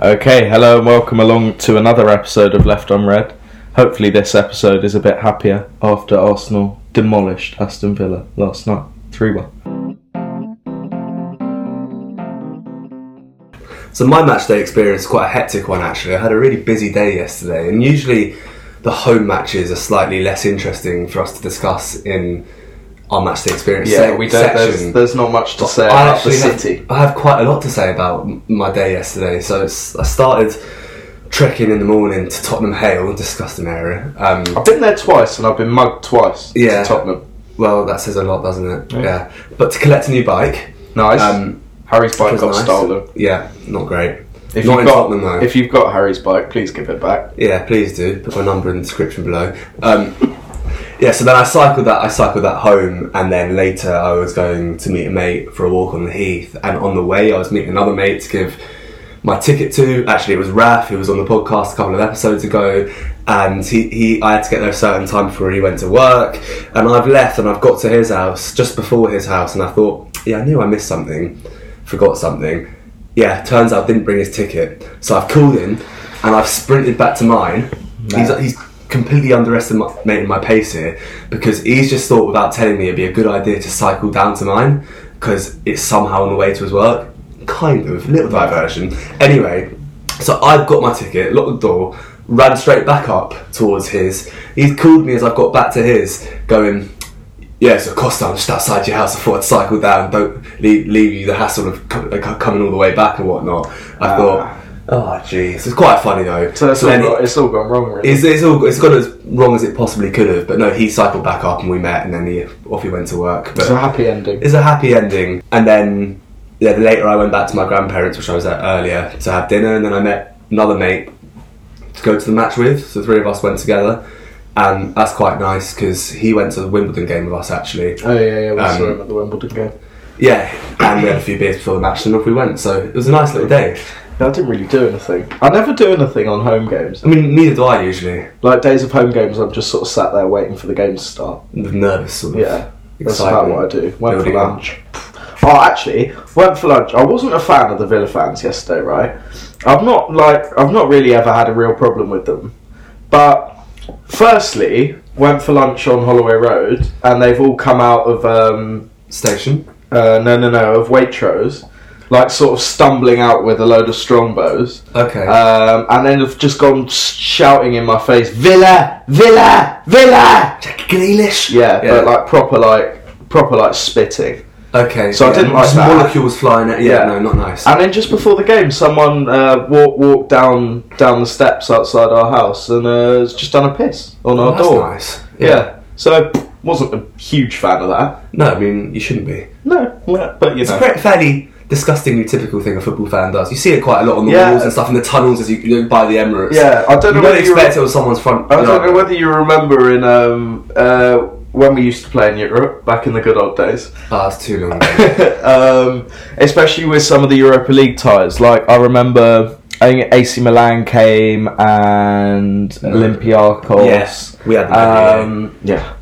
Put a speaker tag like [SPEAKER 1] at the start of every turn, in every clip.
[SPEAKER 1] Okay, hello and welcome along to another episode of Left Unread. Hopefully, this episode is a bit happier after Arsenal demolished Aston Villa last night 3 1.
[SPEAKER 2] So my match day experience is quite a hectic one actually. I had a really busy day yesterday, and usually the home matches are slightly less interesting for us to discuss in our match day experience. sec- section.
[SPEAKER 1] not much to say
[SPEAKER 2] I actually have, I have quite a lot to say about m- my day yesterday. So it's, I started trekking in the morning to Tottenham Hale, disgusting area. Um,
[SPEAKER 1] I've been there twice and I've been mugged twice
[SPEAKER 2] Yeah.
[SPEAKER 1] to Tottenham.
[SPEAKER 2] well, that says a lot, doesn't it? Yeah. But to collect a new bike.
[SPEAKER 1] Nice.
[SPEAKER 2] Um,
[SPEAKER 1] Harry's bike
[SPEAKER 2] was
[SPEAKER 1] got
[SPEAKER 2] nice.
[SPEAKER 1] stolen.
[SPEAKER 2] Yeah, not great.
[SPEAKER 1] If
[SPEAKER 2] not
[SPEAKER 1] you've
[SPEAKER 2] in
[SPEAKER 1] got
[SPEAKER 2] Tottenham though.
[SPEAKER 1] if you've got Harry's bike, please give it back.
[SPEAKER 2] Yeah, please do. Put my number in the description below. Um, yeah, so then I cycled that. I cycled that home, and then later I was going to meet a mate for a walk on the heath. And on the way, I was meeting another mate to give my ticket to. Actually, it was Raf who was on the podcast a couple of episodes ago, and he, he I had to get there a certain time before he went to work. And I've left, and I've got to his house just before his house, and I thought, yeah, I knew I missed something, forgot something. Yeah, turns out I didn't bring his ticket. So I've called him and I've sprinted back to mine. He's, he's completely underestimating my pace here because he's just thought without telling me it'd be a good idea to cycle down to mine because it's somehow on the way to his work. Kind of, little diversion. Anyway, so I've got my ticket, locked the door, ran straight back up towards his. He's called me as I've got back to his, going, yeah, so Costa, I'm just outside your house. I thought I'd cycle down. Don't leave, leave you the hassle of co- like, coming all the way back and whatnot. I thought, oh, jeez. It's quite funny, though.
[SPEAKER 1] Ah. So that's all
[SPEAKER 2] then
[SPEAKER 1] got-
[SPEAKER 2] it-
[SPEAKER 1] it's all gone wrong. Really.
[SPEAKER 2] it's, it's, all, it's gone as wrong as it possibly could have. But no, he cycled back up and we met and then he off he went to work. But
[SPEAKER 1] It's a happy ending.
[SPEAKER 2] it's a happy ending. And then yeah, later I went back to my grandparents, which I was at earlier, to have dinner, and then I met another mate to go to the match with. So the three of us went together, and that's quite nice because he went to the Wimbledon game with us actually.
[SPEAKER 1] Oh yeah, yeah. We saw
[SPEAKER 2] Um,
[SPEAKER 1] him at the Wimbledon game.
[SPEAKER 2] Yeah, and we had a few beers before the match, and off we went. So it was a nice little day.
[SPEAKER 1] I didn't really do anything. I never do anything on home games.
[SPEAKER 2] I mean, neither do I usually.
[SPEAKER 1] Like days of home games, I'm just sort of sat there waiting for the game to start.
[SPEAKER 2] The nervous sort of.
[SPEAKER 1] Yeah, that's about
[SPEAKER 2] excitement
[SPEAKER 1] what I do. Went for
[SPEAKER 2] building up.
[SPEAKER 1] lunch. Oh, actually, went for lunch. I wasn't a fan of the Villa fans yesterday, right? I've not like I've not really ever had a real problem with them, but firstly, went for lunch on Holloway Road, and they've all come out of um,
[SPEAKER 2] Station.
[SPEAKER 1] uh, no, no, no, of Waitrose, like sort of stumbling out with a load of strongbows.
[SPEAKER 2] Okay.
[SPEAKER 1] Um, and then have just gone shouting in my face, Villa, Villa, Villa.
[SPEAKER 2] Grealish.
[SPEAKER 1] Yeah,
[SPEAKER 2] Yeah.
[SPEAKER 1] but like proper, like proper, like spitting.
[SPEAKER 2] Okay.
[SPEAKER 1] So I didn't like
[SPEAKER 2] just
[SPEAKER 1] that.
[SPEAKER 2] Molecules flying. At, yeah,
[SPEAKER 1] Yeah.
[SPEAKER 2] No, not nice.
[SPEAKER 1] And then just before the game, someone uh, walked walked down down the steps outside our house and uh, has just done a piss on our
[SPEAKER 2] Oh, that's
[SPEAKER 1] door.
[SPEAKER 2] nice.
[SPEAKER 1] Yeah. so wasn't a huge fan of that.
[SPEAKER 2] No, I mean you shouldn't be.
[SPEAKER 1] No, well, but you
[SPEAKER 2] It's a
[SPEAKER 1] know,
[SPEAKER 2] very, fairly disgustingly typical thing a football fan does. You see it quite a lot on the
[SPEAKER 1] Yeah.
[SPEAKER 2] walls and stuff in the tunnels as you, you know, by the Emirates.
[SPEAKER 1] yeah. I don't
[SPEAKER 2] you
[SPEAKER 1] know
[SPEAKER 2] don't
[SPEAKER 1] whether you.
[SPEAKER 2] expect it on someone's front.
[SPEAKER 1] I don't
[SPEAKER 2] yard.
[SPEAKER 1] know whether you remember in um, uh, when we used to play in Europe back in the good old days.
[SPEAKER 2] Ah, it's too long. ago.
[SPEAKER 1] um, especially with some of the Europa League ties. Like I remember, I think AC Milan came and Olympiacos.
[SPEAKER 2] Uh, Yes, we had them,
[SPEAKER 1] Um, yeah,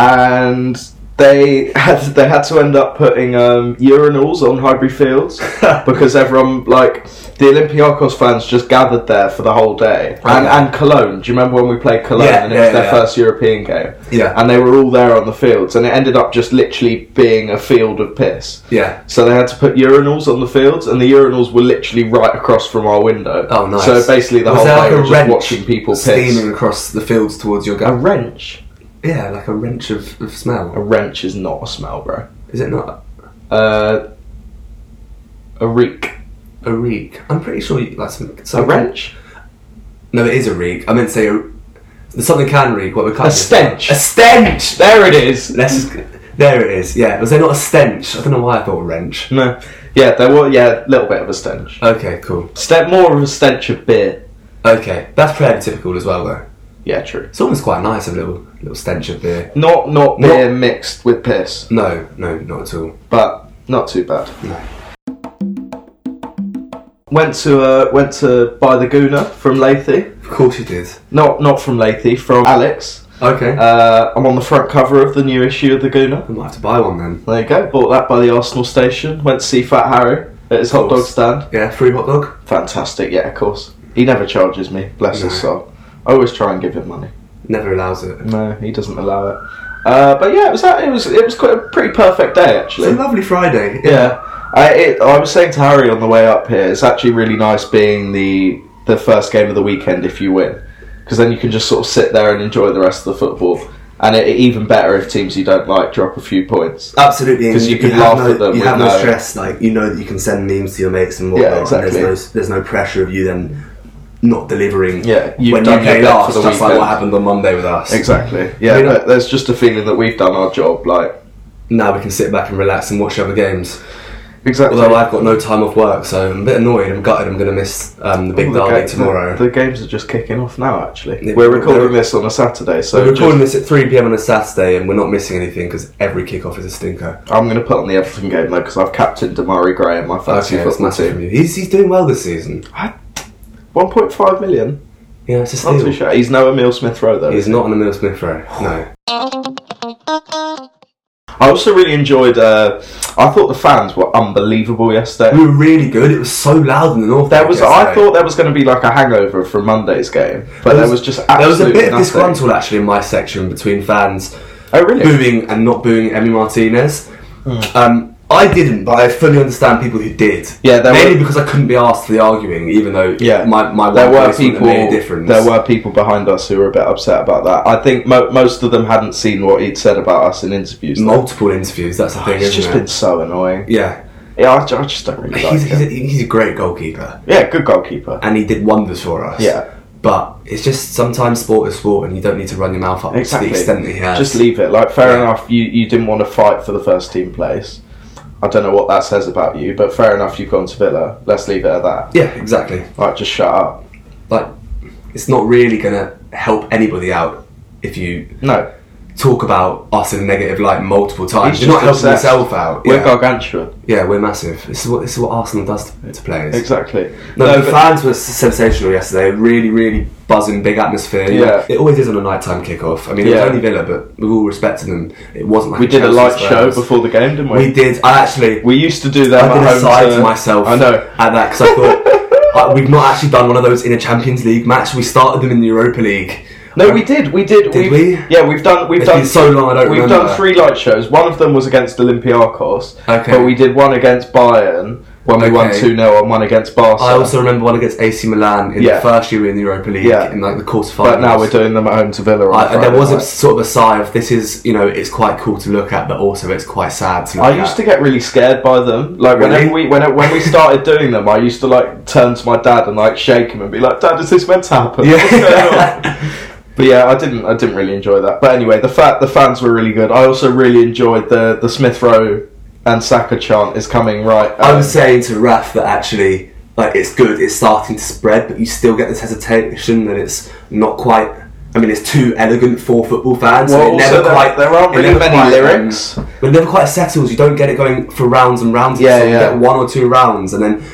[SPEAKER 1] and they had they had to end up putting um, urinals on Highbury Fields because everyone like the Olympiacos fans just gathered there for the whole day. And,
[SPEAKER 2] Okay.
[SPEAKER 1] and Cologne. Do you remember when we played Cologne
[SPEAKER 2] Oh, Yeah,
[SPEAKER 1] and it was
[SPEAKER 2] yeah,
[SPEAKER 1] their
[SPEAKER 2] yeah.
[SPEAKER 1] first European game?
[SPEAKER 2] Yeah.
[SPEAKER 1] and they were all there on the fields, and it ended up just literally being a field of piss.
[SPEAKER 2] yeah.
[SPEAKER 1] So they had to put urinals on the fields, and the urinals were literally right across from our window.
[SPEAKER 2] Oh, nice.
[SPEAKER 1] So basically, the
[SPEAKER 2] Was
[SPEAKER 1] whole
[SPEAKER 2] there like
[SPEAKER 1] day
[SPEAKER 2] a
[SPEAKER 1] was just
[SPEAKER 2] wrench
[SPEAKER 1] watching people piss.
[SPEAKER 2] Steaming across the fields towards your
[SPEAKER 1] A
[SPEAKER 2] goal.
[SPEAKER 1] wrench?
[SPEAKER 2] Yeah, like a wrench of, of
[SPEAKER 1] A
[SPEAKER 2] smell.
[SPEAKER 1] wrench is not a smell, bro.
[SPEAKER 2] Is it not
[SPEAKER 1] Uh, a reek.
[SPEAKER 2] a reek? I'm pretty sure you, that's some,
[SPEAKER 1] A
[SPEAKER 2] some
[SPEAKER 1] wrench?
[SPEAKER 2] No, it is a reek. I meant to say a, something can reek. What we can't
[SPEAKER 1] A stench.
[SPEAKER 2] A stench.
[SPEAKER 1] There it is.
[SPEAKER 2] Let's just, there it is. Yeah, was there not a stench? I don't know why I thought a wrench.
[SPEAKER 1] No. Yeah, there was. Yeah, a little bit of a stench.
[SPEAKER 2] Okay, cool.
[SPEAKER 1] Ste- more of a stench of beer.
[SPEAKER 2] Okay, that's fairly typical as well, though.
[SPEAKER 1] Yeah, true.
[SPEAKER 2] It's almost quite nice a little little stench of beer.
[SPEAKER 1] Not not beer mixed with piss,
[SPEAKER 2] No, no, not at all.
[SPEAKER 1] but not too bad.
[SPEAKER 2] No.
[SPEAKER 1] Went to uh, went to buy the Guna from Lathy.
[SPEAKER 2] Of course you did.
[SPEAKER 1] Not not from Lathy, from Alex.
[SPEAKER 2] Okay,
[SPEAKER 1] Uh, I'm on the front cover of the new issue of the Guna.
[SPEAKER 2] I might have to buy one then.
[SPEAKER 1] There you go. Bought that by the Arsenal station. Went to see Fat Harry. at his hot dog
[SPEAKER 2] course.
[SPEAKER 1] stand.
[SPEAKER 2] Yeah, free hot dog.
[SPEAKER 1] Fantastic, yeah, of course. He never charges me, bless his
[SPEAKER 2] No.
[SPEAKER 1] soul. I always try and give him money.
[SPEAKER 2] Never allows it.
[SPEAKER 1] No, he doesn't allow it. Uh, but yeah, it was that. It was it was quite a pretty perfect day
[SPEAKER 2] It's a
[SPEAKER 1] actually.
[SPEAKER 2] lovely Friday.
[SPEAKER 1] Yeah, I it, I was saying to Harry on the way up here, it's actually really nice being the the first game of the weekend if you win, because then you can just sort of sit there and enjoy the rest of the football. And it, it even better if teams you don't like drop a few points.
[SPEAKER 2] Absolutely, and
[SPEAKER 1] 'Cause you can
[SPEAKER 2] have
[SPEAKER 1] laugh
[SPEAKER 2] no,
[SPEAKER 1] at them
[SPEAKER 2] You
[SPEAKER 1] with
[SPEAKER 2] have no
[SPEAKER 1] no-
[SPEAKER 2] stress, like you know that you can send memes to your mates and
[SPEAKER 1] Yeah,
[SPEAKER 2] whatnot.
[SPEAKER 1] exactly.
[SPEAKER 2] And there's no there's no pressure of you then not delivering.
[SPEAKER 1] Yeah, you've
[SPEAKER 2] when
[SPEAKER 1] done
[SPEAKER 2] you
[SPEAKER 1] your
[SPEAKER 2] play
[SPEAKER 1] bit
[SPEAKER 2] last,
[SPEAKER 1] for the
[SPEAKER 2] just like
[SPEAKER 1] weekend.
[SPEAKER 2] what happened on Monday with us.
[SPEAKER 1] Exactly. Yeah,
[SPEAKER 2] I mean, uh,
[SPEAKER 1] but there's just a feeling that we've done our job. Like
[SPEAKER 2] Now we can sit back and relax and watch other games.
[SPEAKER 1] exactly.
[SPEAKER 2] Although I've got no time off work, so I'm a bit annoyed. I'm gutted. I'm going to miss um, the big
[SPEAKER 1] All the
[SPEAKER 2] derby
[SPEAKER 1] ga-
[SPEAKER 2] tomorrow.
[SPEAKER 1] The, the games are just kicking off now. Actually,
[SPEAKER 2] Yeah,
[SPEAKER 1] we're
[SPEAKER 2] but-
[SPEAKER 1] recording this on a Saturday, so
[SPEAKER 2] we're
[SPEAKER 1] just-
[SPEAKER 2] recording this at 3 p.m. on a Saturday, and we're not missing anything because every kickoff is a stinker.
[SPEAKER 1] I'm going to put on the Everton game though because I've captained Damari Gray in my fantasy
[SPEAKER 2] Okay, that's
[SPEAKER 1] football
[SPEAKER 2] massive
[SPEAKER 1] team.
[SPEAKER 2] from you. He's, he's doing well this season.
[SPEAKER 1] 1.5 million.
[SPEAKER 2] Yeah, it's a
[SPEAKER 1] Not too
[SPEAKER 2] steal.
[SPEAKER 1] sure. He's no Emil Smith Rowe though.
[SPEAKER 2] He's not on the Mill Smith row. No.
[SPEAKER 1] I also really enjoyed. Uh, I thought the fans were unbelievable yesterday.
[SPEAKER 2] We were really good. It was so loud in the north.
[SPEAKER 1] There was. I
[SPEAKER 2] yesterday.
[SPEAKER 1] thought there was going to be like a hangover from Monday's game, but there was just
[SPEAKER 2] there was a
[SPEAKER 1] absolutely
[SPEAKER 2] bit of
[SPEAKER 1] nothing.
[SPEAKER 2] disgruntled actually in my section between fans
[SPEAKER 1] Oh really?
[SPEAKER 2] booing and not booing Emmy Martinez.
[SPEAKER 1] Hmm.
[SPEAKER 2] Um, I didn't, but I fully understand people who did.
[SPEAKER 1] Yeah, there
[SPEAKER 2] mainly
[SPEAKER 1] were-
[SPEAKER 2] because I couldn't be asked for the arguing, even though
[SPEAKER 1] Yeah,
[SPEAKER 2] my my
[SPEAKER 1] there
[SPEAKER 2] one
[SPEAKER 1] were
[SPEAKER 2] voice wouldn't
[SPEAKER 1] people.
[SPEAKER 2] have made a difference.
[SPEAKER 1] There were people behind us who were a bit upset about that. I think mo- most of them hadn't seen what he'd said about us in interviews. though.
[SPEAKER 2] multiple interviews. That's the thing,
[SPEAKER 1] It's
[SPEAKER 2] isn't
[SPEAKER 1] Oh, just
[SPEAKER 2] it?
[SPEAKER 1] been so annoying.
[SPEAKER 2] yeah,
[SPEAKER 1] Yeah, I, ju- I just don't really like
[SPEAKER 2] he's, he's,
[SPEAKER 1] it.
[SPEAKER 2] a, he's a great goalkeeper,
[SPEAKER 1] Yeah, good goalkeeper.
[SPEAKER 2] and he did wonders for us.
[SPEAKER 1] Yeah.
[SPEAKER 2] But it's just sometimes sport is sport, and you don't need to run your mouth up
[SPEAKER 1] Exactly.
[SPEAKER 2] to the extent that he has.
[SPEAKER 1] Just leave it. Like, fair
[SPEAKER 2] Yeah.
[SPEAKER 1] enough. You you didn't want to fight for the first team place. I don't know what that says about you, but fair enough. You've gone to Villa. Let's leave it at that.
[SPEAKER 2] yeah, exactly.
[SPEAKER 1] Like, just shut up.
[SPEAKER 2] like it's not really gonna help anybody out if you
[SPEAKER 1] No,
[SPEAKER 2] talk about us in a negative light multiple times.
[SPEAKER 1] He's
[SPEAKER 2] You're not
[SPEAKER 1] just
[SPEAKER 2] helping
[SPEAKER 1] obsessed.
[SPEAKER 2] yourself out.
[SPEAKER 1] we're
[SPEAKER 2] yeah.
[SPEAKER 1] gargantuan.
[SPEAKER 2] yeah, we're massive. This is what this is what Arsenal does to, to players.
[SPEAKER 1] Exactly.
[SPEAKER 2] No,
[SPEAKER 1] No,
[SPEAKER 2] the
[SPEAKER 1] but-
[SPEAKER 2] fans were sensational yesterday. Really, really buzzing, big atmosphere. You
[SPEAKER 1] Yeah.
[SPEAKER 2] know, it always is on a nighttime kickoff. I mean, it
[SPEAKER 1] Yeah.
[SPEAKER 2] was only Villa, but with all respect to them, it wasn't like
[SPEAKER 1] we did a
[SPEAKER 2] Chelsea
[SPEAKER 1] light show
[SPEAKER 2] Spurs.
[SPEAKER 1] before the game, didn't
[SPEAKER 2] We did. I actually
[SPEAKER 1] We used to do that.
[SPEAKER 2] I
[SPEAKER 1] at
[SPEAKER 2] did a
[SPEAKER 1] home
[SPEAKER 2] side
[SPEAKER 1] to-
[SPEAKER 2] to myself.
[SPEAKER 1] I know.
[SPEAKER 2] At that because I thought uh, we've not actually done one of those in a Champions League match. We started them in the Europa Legue.
[SPEAKER 1] No, we did. We did.
[SPEAKER 2] Um, Did
[SPEAKER 1] we've-
[SPEAKER 2] we?
[SPEAKER 1] Yeah, we've done. We've
[SPEAKER 2] It's
[SPEAKER 1] done
[SPEAKER 2] been so long, I don't
[SPEAKER 1] We've
[SPEAKER 2] remember.
[SPEAKER 1] done three light shows. One of them was against Olympiacos.
[SPEAKER 2] Okay.
[SPEAKER 1] But we did one against Bayern when we won
[SPEAKER 2] Okay.
[SPEAKER 1] two 0 and one against Barca.
[SPEAKER 2] I also remember one against AC Milan in
[SPEAKER 1] Yeah.
[SPEAKER 2] the first year we were in the Europa League
[SPEAKER 1] Yeah.
[SPEAKER 2] in like the quarterfinals.
[SPEAKER 1] but now we're doing them at home to Villa. On
[SPEAKER 2] I, and there
[SPEAKER 1] Friday
[SPEAKER 2] was a
[SPEAKER 1] night.
[SPEAKER 2] sort of a sigh of this is you know it's quite cool to look at, but also it's quite sad to look
[SPEAKER 1] I
[SPEAKER 2] at.
[SPEAKER 1] used to get really scared by them. Like
[SPEAKER 2] Really?
[SPEAKER 1] whenever we when, when we started doing them, I used to like turn to my dad and like shake him and be like, "Dad, is this meant to happen?" What's going on?"
[SPEAKER 2] yeah.
[SPEAKER 1] But yeah, I didn't. I didn't really enjoy that. But anyway, the fact the fans were really good. I also really enjoyed the the Smith Rowe and Saka chant is coming right.
[SPEAKER 2] I
[SPEAKER 1] um,
[SPEAKER 2] was saying to Raf that actually like it's good, it's starting to spread, but you still get this hesitation that it's not quite. I mean, it's too elegant for football fans.
[SPEAKER 1] Well,
[SPEAKER 2] and it never
[SPEAKER 1] also there-
[SPEAKER 2] quite.
[SPEAKER 1] there aren't
[SPEAKER 2] it
[SPEAKER 1] really
[SPEAKER 2] never
[SPEAKER 1] many
[SPEAKER 2] quite, um,
[SPEAKER 1] lyrics.
[SPEAKER 2] but it never quite settles. You don't get it going for rounds and rounds.
[SPEAKER 1] Yeah,
[SPEAKER 2] so
[SPEAKER 1] yeah.
[SPEAKER 2] You get one or two rounds, and then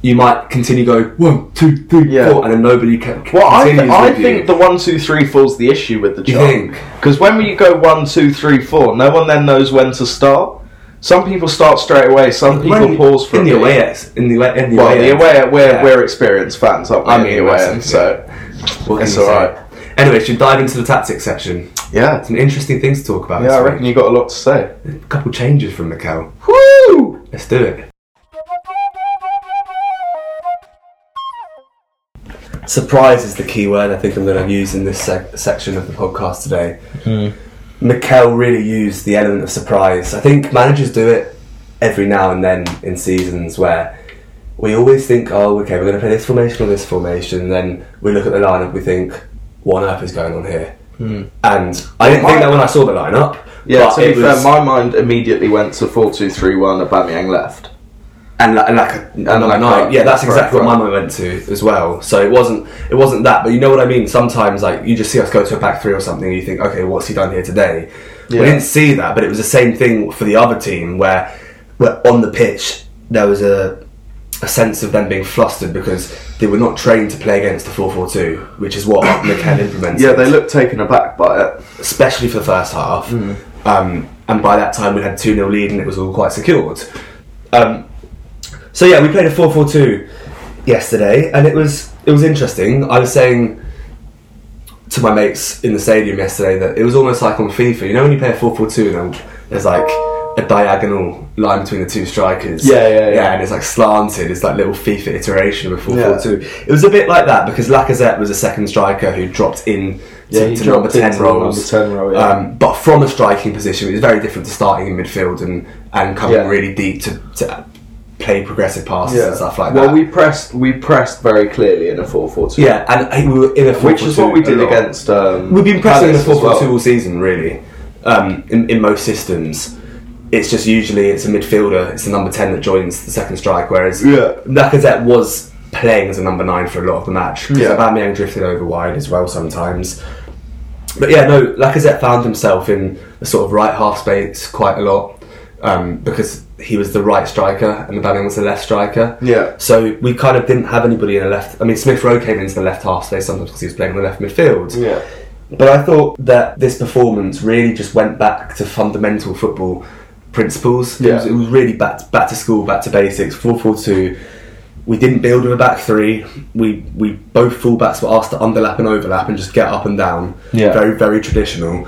[SPEAKER 2] you might continue going one, two, three, four,
[SPEAKER 1] Yeah.
[SPEAKER 2] and then nobody can.
[SPEAKER 1] Well, I,
[SPEAKER 2] continues
[SPEAKER 1] th- I
[SPEAKER 2] with you.
[SPEAKER 1] think the one, two, three, four's the issue with the
[SPEAKER 2] You
[SPEAKER 1] chant.
[SPEAKER 2] think?
[SPEAKER 1] Because when you go one, two, three, four, no one then knows when to start. Some people start straight away. Some people
[SPEAKER 2] When-
[SPEAKER 1] pause for
[SPEAKER 2] in
[SPEAKER 1] a
[SPEAKER 2] the
[SPEAKER 1] bit.
[SPEAKER 2] away ex- in the away in the
[SPEAKER 1] Well,
[SPEAKER 2] away
[SPEAKER 1] the
[SPEAKER 2] end.
[SPEAKER 1] away, we're,
[SPEAKER 2] Yeah.
[SPEAKER 1] we're experienced fans, aren't we?
[SPEAKER 2] I
[SPEAKER 1] in
[SPEAKER 2] mean,
[SPEAKER 1] the away, end,
[SPEAKER 2] massive,
[SPEAKER 1] so
[SPEAKER 2] What can
[SPEAKER 1] it's
[SPEAKER 2] you say?
[SPEAKER 1] alright.
[SPEAKER 2] Anyway, should we dive into the tactics section?
[SPEAKER 1] yeah,
[SPEAKER 2] Some interesting things to talk about.
[SPEAKER 1] yeah.
[SPEAKER 2] this
[SPEAKER 1] I
[SPEAKER 2] week.
[SPEAKER 1] reckon you got a lot to say.
[SPEAKER 2] couple changes from Mikel.
[SPEAKER 1] Woo!
[SPEAKER 2] Let's do it. Surprise is the key word I think I'm going to use in this sec- section of the podcast today. Mikel really used the element of surprise. I think managers do it every now and then in seasons where we always think, oh, okay, we're going to play this formation or this formation, and then we look at the lineup, we think, what on earth is going on here? And I didn't think that when I saw the lineup.
[SPEAKER 1] Yeah,
[SPEAKER 2] but
[SPEAKER 1] to be
[SPEAKER 2] it
[SPEAKER 1] fair,
[SPEAKER 2] was-
[SPEAKER 1] my mind immediately went to 4 2 3 1, Aubameyang left.
[SPEAKER 2] and like, and like a, another
[SPEAKER 1] like
[SPEAKER 2] night.
[SPEAKER 1] that.
[SPEAKER 2] yeah, that's
[SPEAKER 1] Right,
[SPEAKER 2] exactly
[SPEAKER 1] right.
[SPEAKER 2] what my mind went to as well. So it wasn't it wasn't that, but you know what I mean. Sometimes like you just see us go to a back three or something, and you think, okay, what's he done here today?
[SPEAKER 1] Yeah.
[SPEAKER 2] We didn't see that, but it was the same thing for the other team where, where on the pitch there was a a sense of them being flustered because they were not trained to play against the four four two, which is what Mikel implemented
[SPEAKER 1] Yeah, they looked taken aback by it.
[SPEAKER 2] especially for the first half.
[SPEAKER 1] Hmm.
[SPEAKER 2] Um, and by that time, we had 2 0 lead and it was all quite secured. Um, So yeah, we played a four four two yesterday, and it was it was interesting. I was saying to my mates in the stadium yesterday that it was almost like on FIFA. You know when you play a four four two, and there's like a diagonal line between the two strikers.
[SPEAKER 1] Yeah, yeah, yeah.
[SPEAKER 2] and it's like slanted. It's like little FIFA iteration of a four four two. It was a bit like that because Lacazette was a second striker who dropped in. To,
[SPEAKER 1] Yeah, he
[SPEAKER 2] to
[SPEAKER 1] dropped
[SPEAKER 2] number ten
[SPEAKER 1] into the
[SPEAKER 2] roles,
[SPEAKER 1] number 10 role, yeah.
[SPEAKER 2] um, but from a striking position, which is very different to starting in midfield and, and coming
[SPEAKER 1] Yeah.
[SPEAKER 2] really deep to, to play progressive passes and stuff like
[SPEAKER 1] well,
[SPEAKER 2] that.
[SPEAKER 1] we pressed we pressed very clearly in a four four two.
[SPEAKER 2] yeah, and I- we were in a 4
[SPEAKER 1] which is what we did against. Um,
[SPEAKER 2] We've been pressing in a
[SPEAKER 1] Palace as
[SPEAKER 2] 4
[SPEAKER 1] well.
[SPEAKER 2] 2 all season, really, um, in, in most systems. It's just usually it's a midfielder, it's the number 10 that joins the second strike, whereas
[SPEAKER 1] Yeah.
[SPEAKER 2] Lacazette was playing as a number 9 for a lot of the match. Yeah.
[SPEAKER 1] Yeah.
[SPEAKER 2] Aubameyang drifted over wide as well sometimes. But yeah, no, Lacazette found himself in the sort of right half space quite a lot um, because he was the right striker and Aubameyang was the left striker.
[SPEAKER 1] Yeah.
[SPEAKER 2] So we kind of didn't have anybody in the left. I mean, Smith Rowe came into the left half space sometimes because he was playing the left midfield.
[SPEAKER 1] Yeah.
[SPEAKER 2] But I thought that this performance really just went back to fundamental football principles. It,
[SPEAKER 1] Yeah.
[SPEAKER 2] was, it was really back back to school, back to basics. Four four two. We didn't build with a back three. We we both fullbacks were asked to underlap and overlap and just get up and down.
[SPEAKER 1] Yeah.
[SPEAKER 2] Very very traditional.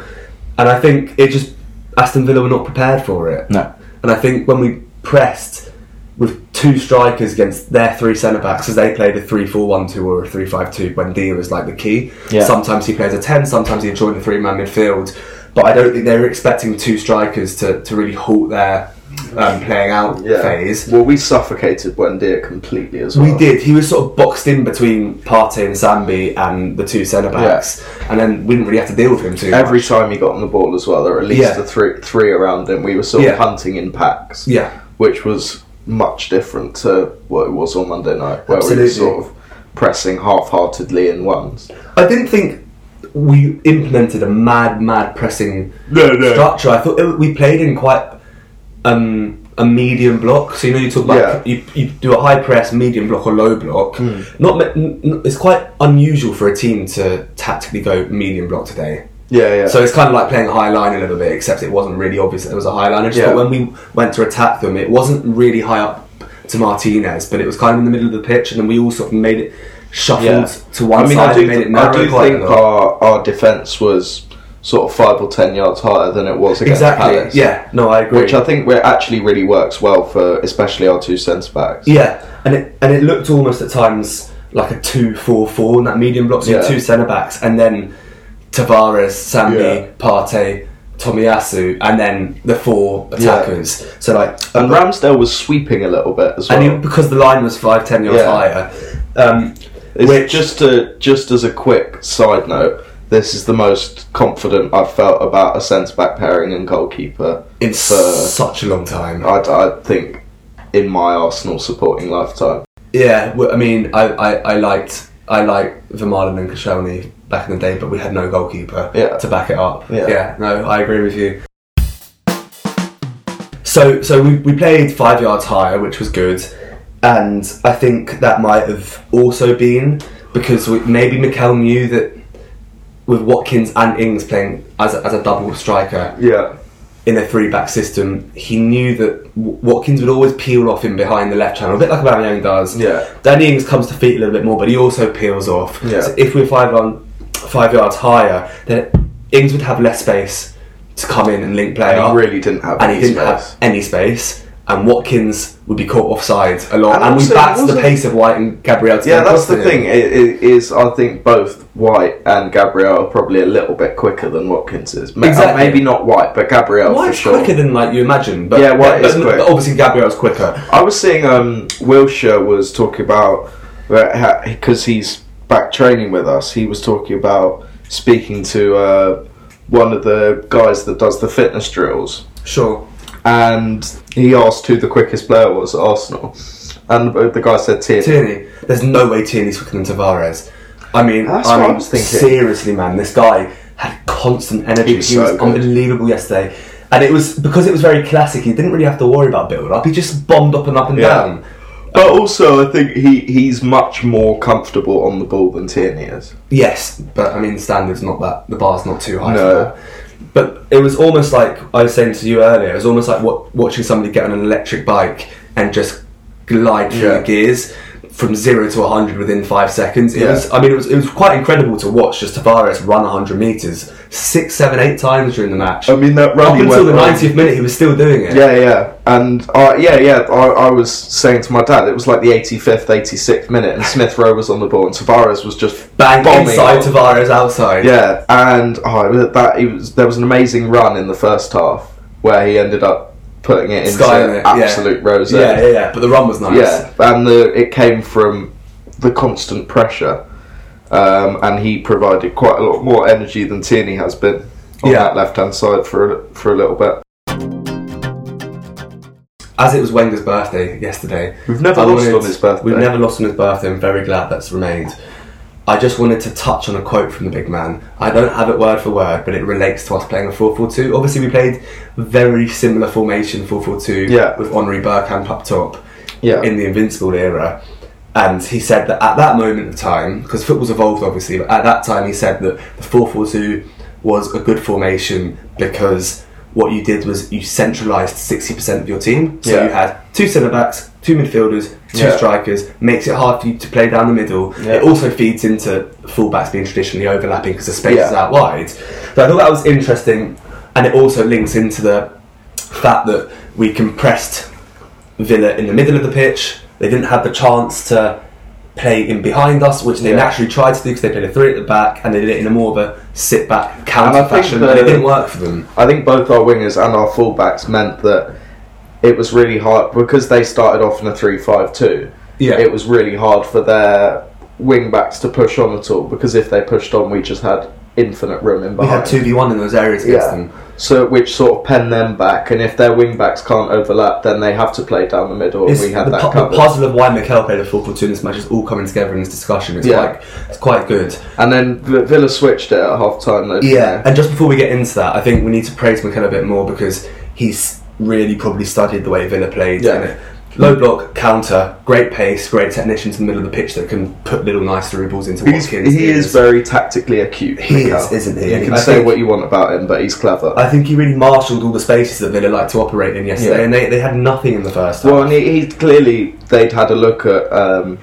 [SPEAKER 2] And I think it just Aston Villa were not prepared for it.
[SPEAKER 1] No.
[SPEAKER 2] And I think when we pressed with two strikers against their three centre backs, because they played a 3 4 1 2 or a 3 5 2, Buendia was like the key.
[SPEAKER 1] Yeah.
[SPEAKER 2] Sometimes he plays a 10, sometimes he joined a three man midfield. But I don't think they were expecting two strikers to, to really halt their um, playing out
[SPEAKER 1] Yeah.
[SPEAKER 2] phase.
[SPEAKER 1] Well, we suffocated Wendia completely as well.
[SPEAKER 2] We did. He was sort of boxed in between Partey and Zambi and the two centre backs, and then we didn't really have to deal with him too.
[SPEAKER 1] Every
[SPEAKER 2] much.
[SPEAKER 1] time he got on the ball as well, there were at least
[SPEAKER 2] Yeah.
[SPEAKER 1] the three three around him. We were sort
[SPEAKER 2] Yeah.
[SPEAKER 1] of hunting in packs.
[SPEAKER 2] yeah,
[SPEAKER 1] Which was much different to what it was on Monday night, where we
[SPEAKER 2] Absolutely.
[SPEAKER 1] were sort of pressing half heartedly in ones.
[SPEAKER 2] I didn't think we implemented a mad, mad pressing
[SPEAKER 1] No, no.
[SPEAKER 2] structure. I thought it, we played in quite um, a medium block. So you know, you talk about
[SPEAKER 1] Yeah. Hmm.
[SPEAKER 2] you, you do a high press, medium block, or low block. Not ma- n- n- it's quite unusual for a team to tactically go medium block today.
[SPEAKER 1] Yeah, yeah.
[SPEAKER 2] So it's kind of like playing a high line a little bit, except it wasn't really obvious that it was a high line. I just
[SPEAKER 1] Yeah.
[SPEAKER 2] thought when we went to attack them, it wasn't really high up to Martinez, but it was kind of in the middle of the pitch, and then we all sort of made it shuffled to one
[SPEAKER 1] I mean,
[SPEAKER 2] side
[SPEAKER 1] I do,
[SPEAKER 2] and made it
[SPEAKER 1] I
[SPEAKER 2] narrow
[SPEAKER 1] do
[SPEAKER 2] quite a
[SPEAKER 1] think
[SPEAKER 2] lot.
[SPEAKER 1] our, our defense was sort of five or ten yards higher than it was against Palace.
[SPEAKER 2] Exactly. Yeah. No, I agree.
[SPEAKER 1] Which I think we actually really works well for especially our two centre backs.
[SPEAKER 2] Yeah, and it and it looked almost at times like a two-four-four in that medium block, so you had
[SPEAKER 1] Yeah.
[SPEAKER 2] two centre backs, and then Tavares, Sambi,
[SPEAKER 1] Yeah.
[SPEAKER 2] Partey, Tomiyasu, and then the four attackers. So like,
[SPEAKER 1] And Ramsdale was sweeping a little bit as well.
[SPEAKER 2] and he- because the line was five ten yards
[SPEAKER 1] Yeah.
[SPEAKER 2] higher, um,
[SPEAKER 1] It's
[SPEAKER 2] which
[SPEAKER 1] just to just as a quick side note, this is the most confident I've felt about a centre back pairing and goalkeeper.
[SPEAKER 2] in
[SPEAKER 1] for-
[SPEAKER 2] such a long time.
[SPEAKER 1] I, I think in my Arsenal supporting lifetime.
[SPEAKER 2] Yeah, well, I mean, I, I, I liked I liked Vermaelen and Koscielny back in the day, but we had no goalkeeper
[SPEAKER 1] Yeah.
[SPEAKER 2] to back it up.
[SPEAKER 1] Yeah.
[SPEAKER 2] no, I agree with you. So, so we, we played five yards higher, which was good, and I think that might have also been because we, maybe Mikel knew that with Watkins and Ings playing as a, as a double striker,
[SPEAKER 1] Yeah.
[SPEAKER 2] in a three back system, he knew that W- Watkins would always peel off in behind the left channel, a bit like Aubameyang does.
[SPEAKER 1] Yeah.
[SPEAKER 2] Danny Ings comes to feet a little bit more, but he also peels off.
[SPEAKER 1] Yeah.
[SPEAKER 2] So if we're five on five yards higher, then Ings would have less space to come in and link play
[SPEAKER 1] He
[SPEAKER 2] up,
[SPEAKER 1] really didn't have
[SPEAKER 2] and
[SPEAKER 1] any
[SPEAKER 2] he didn't
[SPEAKER 1] space.
[SPEAKER 2] have any space. And Watkins would be caught offside a lot,
[SPEAKER 1] And
[SPEAKER 2] and, we
[SPEAKER 1] also it
[SPEAKER 2] backed the
[SPEAKER 1] wasn't-
[SPEAKER 2] pace of White and Gabriel. To
[SPEAKER 1] Yeah,
[SPEAKER 2] get
[SPEAKER 1] that's
[SPEAKER 2] across
[SPEAKER 1] the
[SPEAKER 2] to him.
[SPEAKER 1] thing. It, it is I think both White and Gabrielle are probably a little bit quicker than Watkins is. Ma-
[SPEAKER 2] Exactly.
[SPEAKER 1] Maybe not White, but Gabrielle for
[SPEAKER 2] White's
[SPEAKER 1] sure.
[SPEAKER 2] quicker than like you imagine, but
[SPEAKER 1] Yeah, White
[SPEAKER 2] but,
[SPEAKER 1] is quick.
[SPEAKER 2] but obviously Gabriel's quicker.
[SPEAKER 1] I was seeing um, Wilshire was talking about because he's back training with us. He was talking about speaking to uh, one of the guys that does the fitness drills,
[SPEAKER 2] Sure.
[SPEAKER 1] and he asked who the quickest player was at Arsenal, and the guy said Tierney.
[SPEAKER 2] Tierney. There's no way Tierney's quicker than Tavares. I mean,
[SPEAKER 1] That's
[SPEAKER 2] I
[SPEAKER 1] what I
[SPEAKER 2] mean,
[SPEAKER 1] was thinking.
[SPEAKER 2] seriously, man, this guy had constant energy. He
[SPEAKER 1] He
[SPEAKER 2] was,
[SPEAKER 1] was so good.
[SPEAKER 2] unbelievable yesterday, and it was because it was very classic. He didn't really have to worry about build up. He just bombed up and up and
[SPEAKER 1] Yeah.
[SPEAKER 2] down.
[SPEAKER 1] But also, I think he, he's much more comfortable on the ball than Tierney is.
[SPEAKER 2] Yes, but I mean, the standard's not that. The bar's not too high.
[SPEAKER 1] No.
[SPEAKER 2] For that. But it was almost like I was saying to you earlier. It was almost like what, watching somebody get on an electric bike and just glide through
[SPEAKER 1] Yeah.
[SPEAKER 2] the gears from zero to 100 within five seconds. It
[SPEAKER 1] Yeah.
[SPEAKER 2] was, I mean, it was, it was quite incredible to watch just Tavares run 100 metres six, seven, eight times during the match.
[SPEAKER 1] I mean, that run
[SPEAKER 2] Up
[SPEAKER 1] he
[SPEAKER 2] until
[SPEAKER 1] went
[SPEAKER 2] the
[SPEAKER 1] on-
[SPEAKER 2] 90th minute, he was still doing it.
[SPEAKER 1] Yeah, yeah, and uh, yeah, yeah. I, I was saying to my dad, it was like the 85th, 86th minute, and Smith Rowe was on the ball, and Tavares was just
[SPEAKER 2] Bang,
[SPEAKER 1] bombing
[SPEAKER 2] inside,
[SPEAKER 1] it.
[SPEAKER 2] Tavares outside.
[SPEAKER 1] Yeah, and oh, it was- that it was, there was an amazing run in the first half where he ended up putting it into
[SPEAKER 2] Skying it, yeah.
[SPEAKER 1] absolute rose.
[SPEAKER 2] yeah, yeah, yeah. But the run was nice.
[SPEAKER 1] Yeah, and the, it came from the constant pressure, um, and he provided quite a lot more energy than Tierney has been on
[SPEAKER 2] Yeah.
[SPEAKER 1] that left hand side for a, for a little bit.
[SPEAKER 2] As it was Wenger's birthday yesterday,
[SPEAKER 1] We've never
[SPEAKER 2] I
[SPEAKER 1] lost
[SPEAKER 2] wanted-
[SPEAKER 1] on his birthday.
[SPEAKER 2] We've never lost on his birthday. I'm very glad that's remained. I just wanted to touch on a quote from the big man. I don't have it word for word, but it relates to us playing a 4-4-2. Obviously, we played very similar formation 4-4-2
[SPEAKER 1] Yeah.
[SPEAKER 2] with Henri Bergkamp up top
[SPEAKER 1] Yeah.
[SPEAKER 2] in the Invincible era. And he said that at that moment of time, because football's evolved obviously, but at that time he said that the 4 4 2 was a good formation because what you did was you centralised 60% of your team. So
[SPEAKER 1] Yeah.
[SPEAKER 2] you had two centre backs, two midfielders, two
[SPEAKER 1] Yeah.
[SPEAKER 2] strikers, makes it hard for you to play down the middle.
[SPEAKER 1] Yeah.
[SPEAKER 2] It also feeds into fullbacks being traditionally overlapping because the space
[SPEAKER 1] Yeah.
[SPEAKER 2] is out wide. But I thought that was interesting, and it also links into the fact that we compressed Villa in the middle of the pitch. They didn't have the chance to play in behind us, which they
[SPEAKER 1] Yeah.
[SPEAKER 2] naturally tried to do because they played a three at the back and they did it in a more of a sit back
[SPEAKER 1] And
[SPEAKER 2] counter
[SPEAKER 1] I think
[SPEAKER 2] fashion, and
[SPEAKER 1] the-
[SPEAKER 2] it didn't work for them.
[SPEAKER 1] I think both our wingers and our fullbacks meant that it was really hard because they started off in a 3 5 2.
[SPEAKER 2] Yeah.
[SPEAKER 1] It was really hard for their wing backs to push on at all because if they pushed on, we just had infinite room in
[SPEAKER 2] We
[SPEAKER 1] behind.
[SPEAKER 2] had two v one in those areas against
[SPEAKER 1] yeah.
[SPEAKER 2] them.
[SPEAKER 1] So, which sort of pen them back, and if their wing backs can't overlap, then they have to play down the middle,
[SPEAKER 2] It's
[SPEAKER 1] and we had
[SPEAKER 2] the,
[SPEAKER 1] that
[SPEAKER 2] pu- the
[SPEAKER 1] covered.
[SPEAKER 2] puzzle of why Mikel played a 4-4-2 in this match is all coming together in this discussion. It's
[SPEAKER 1] Yeah.
[SPEAKER 2] like it's quite good.
[SPEAKER 1] and then V- Villa switched it at half time, though. didn't they?
[SPEAKER 2] Yeah, and just before we get into that, I think we need to praise Mikel a bit more because he's really probably studied the way Villa played.
[SPEAKER 1] Yeah.
[SPEAKER 2] and Low block, counter, great pace, great technician to the middle of the pitch that can put little nice through balls into
[SPEAKER 1] He's,
[SPEAKER 2] Watkins.
[SPEAKER 1] he is very tactically acute.
[SPEAKER 2] He
[SPEAKER 1] Mikel.
[SPEAKER 2] is, isn't he?
[SPEAKER 1] You
[SPEAKER 2] And
[SPEAKER 1] can
[SPEAKER 2] I
[SPEAKER 1] say
[SPEAKER 2] think-
[SPEAKER 1] what you want about him, but he's clever.
[SPEAKER 2] I think he really marshalled all the spaces that Villa like to operate in yesterday,
[SPEAKER 1] Yeah.
[SPEAKER 2] and they, they had nothing in the first half.
[SPEAKER 1] Well, and he, he clearly they'd had a look at um,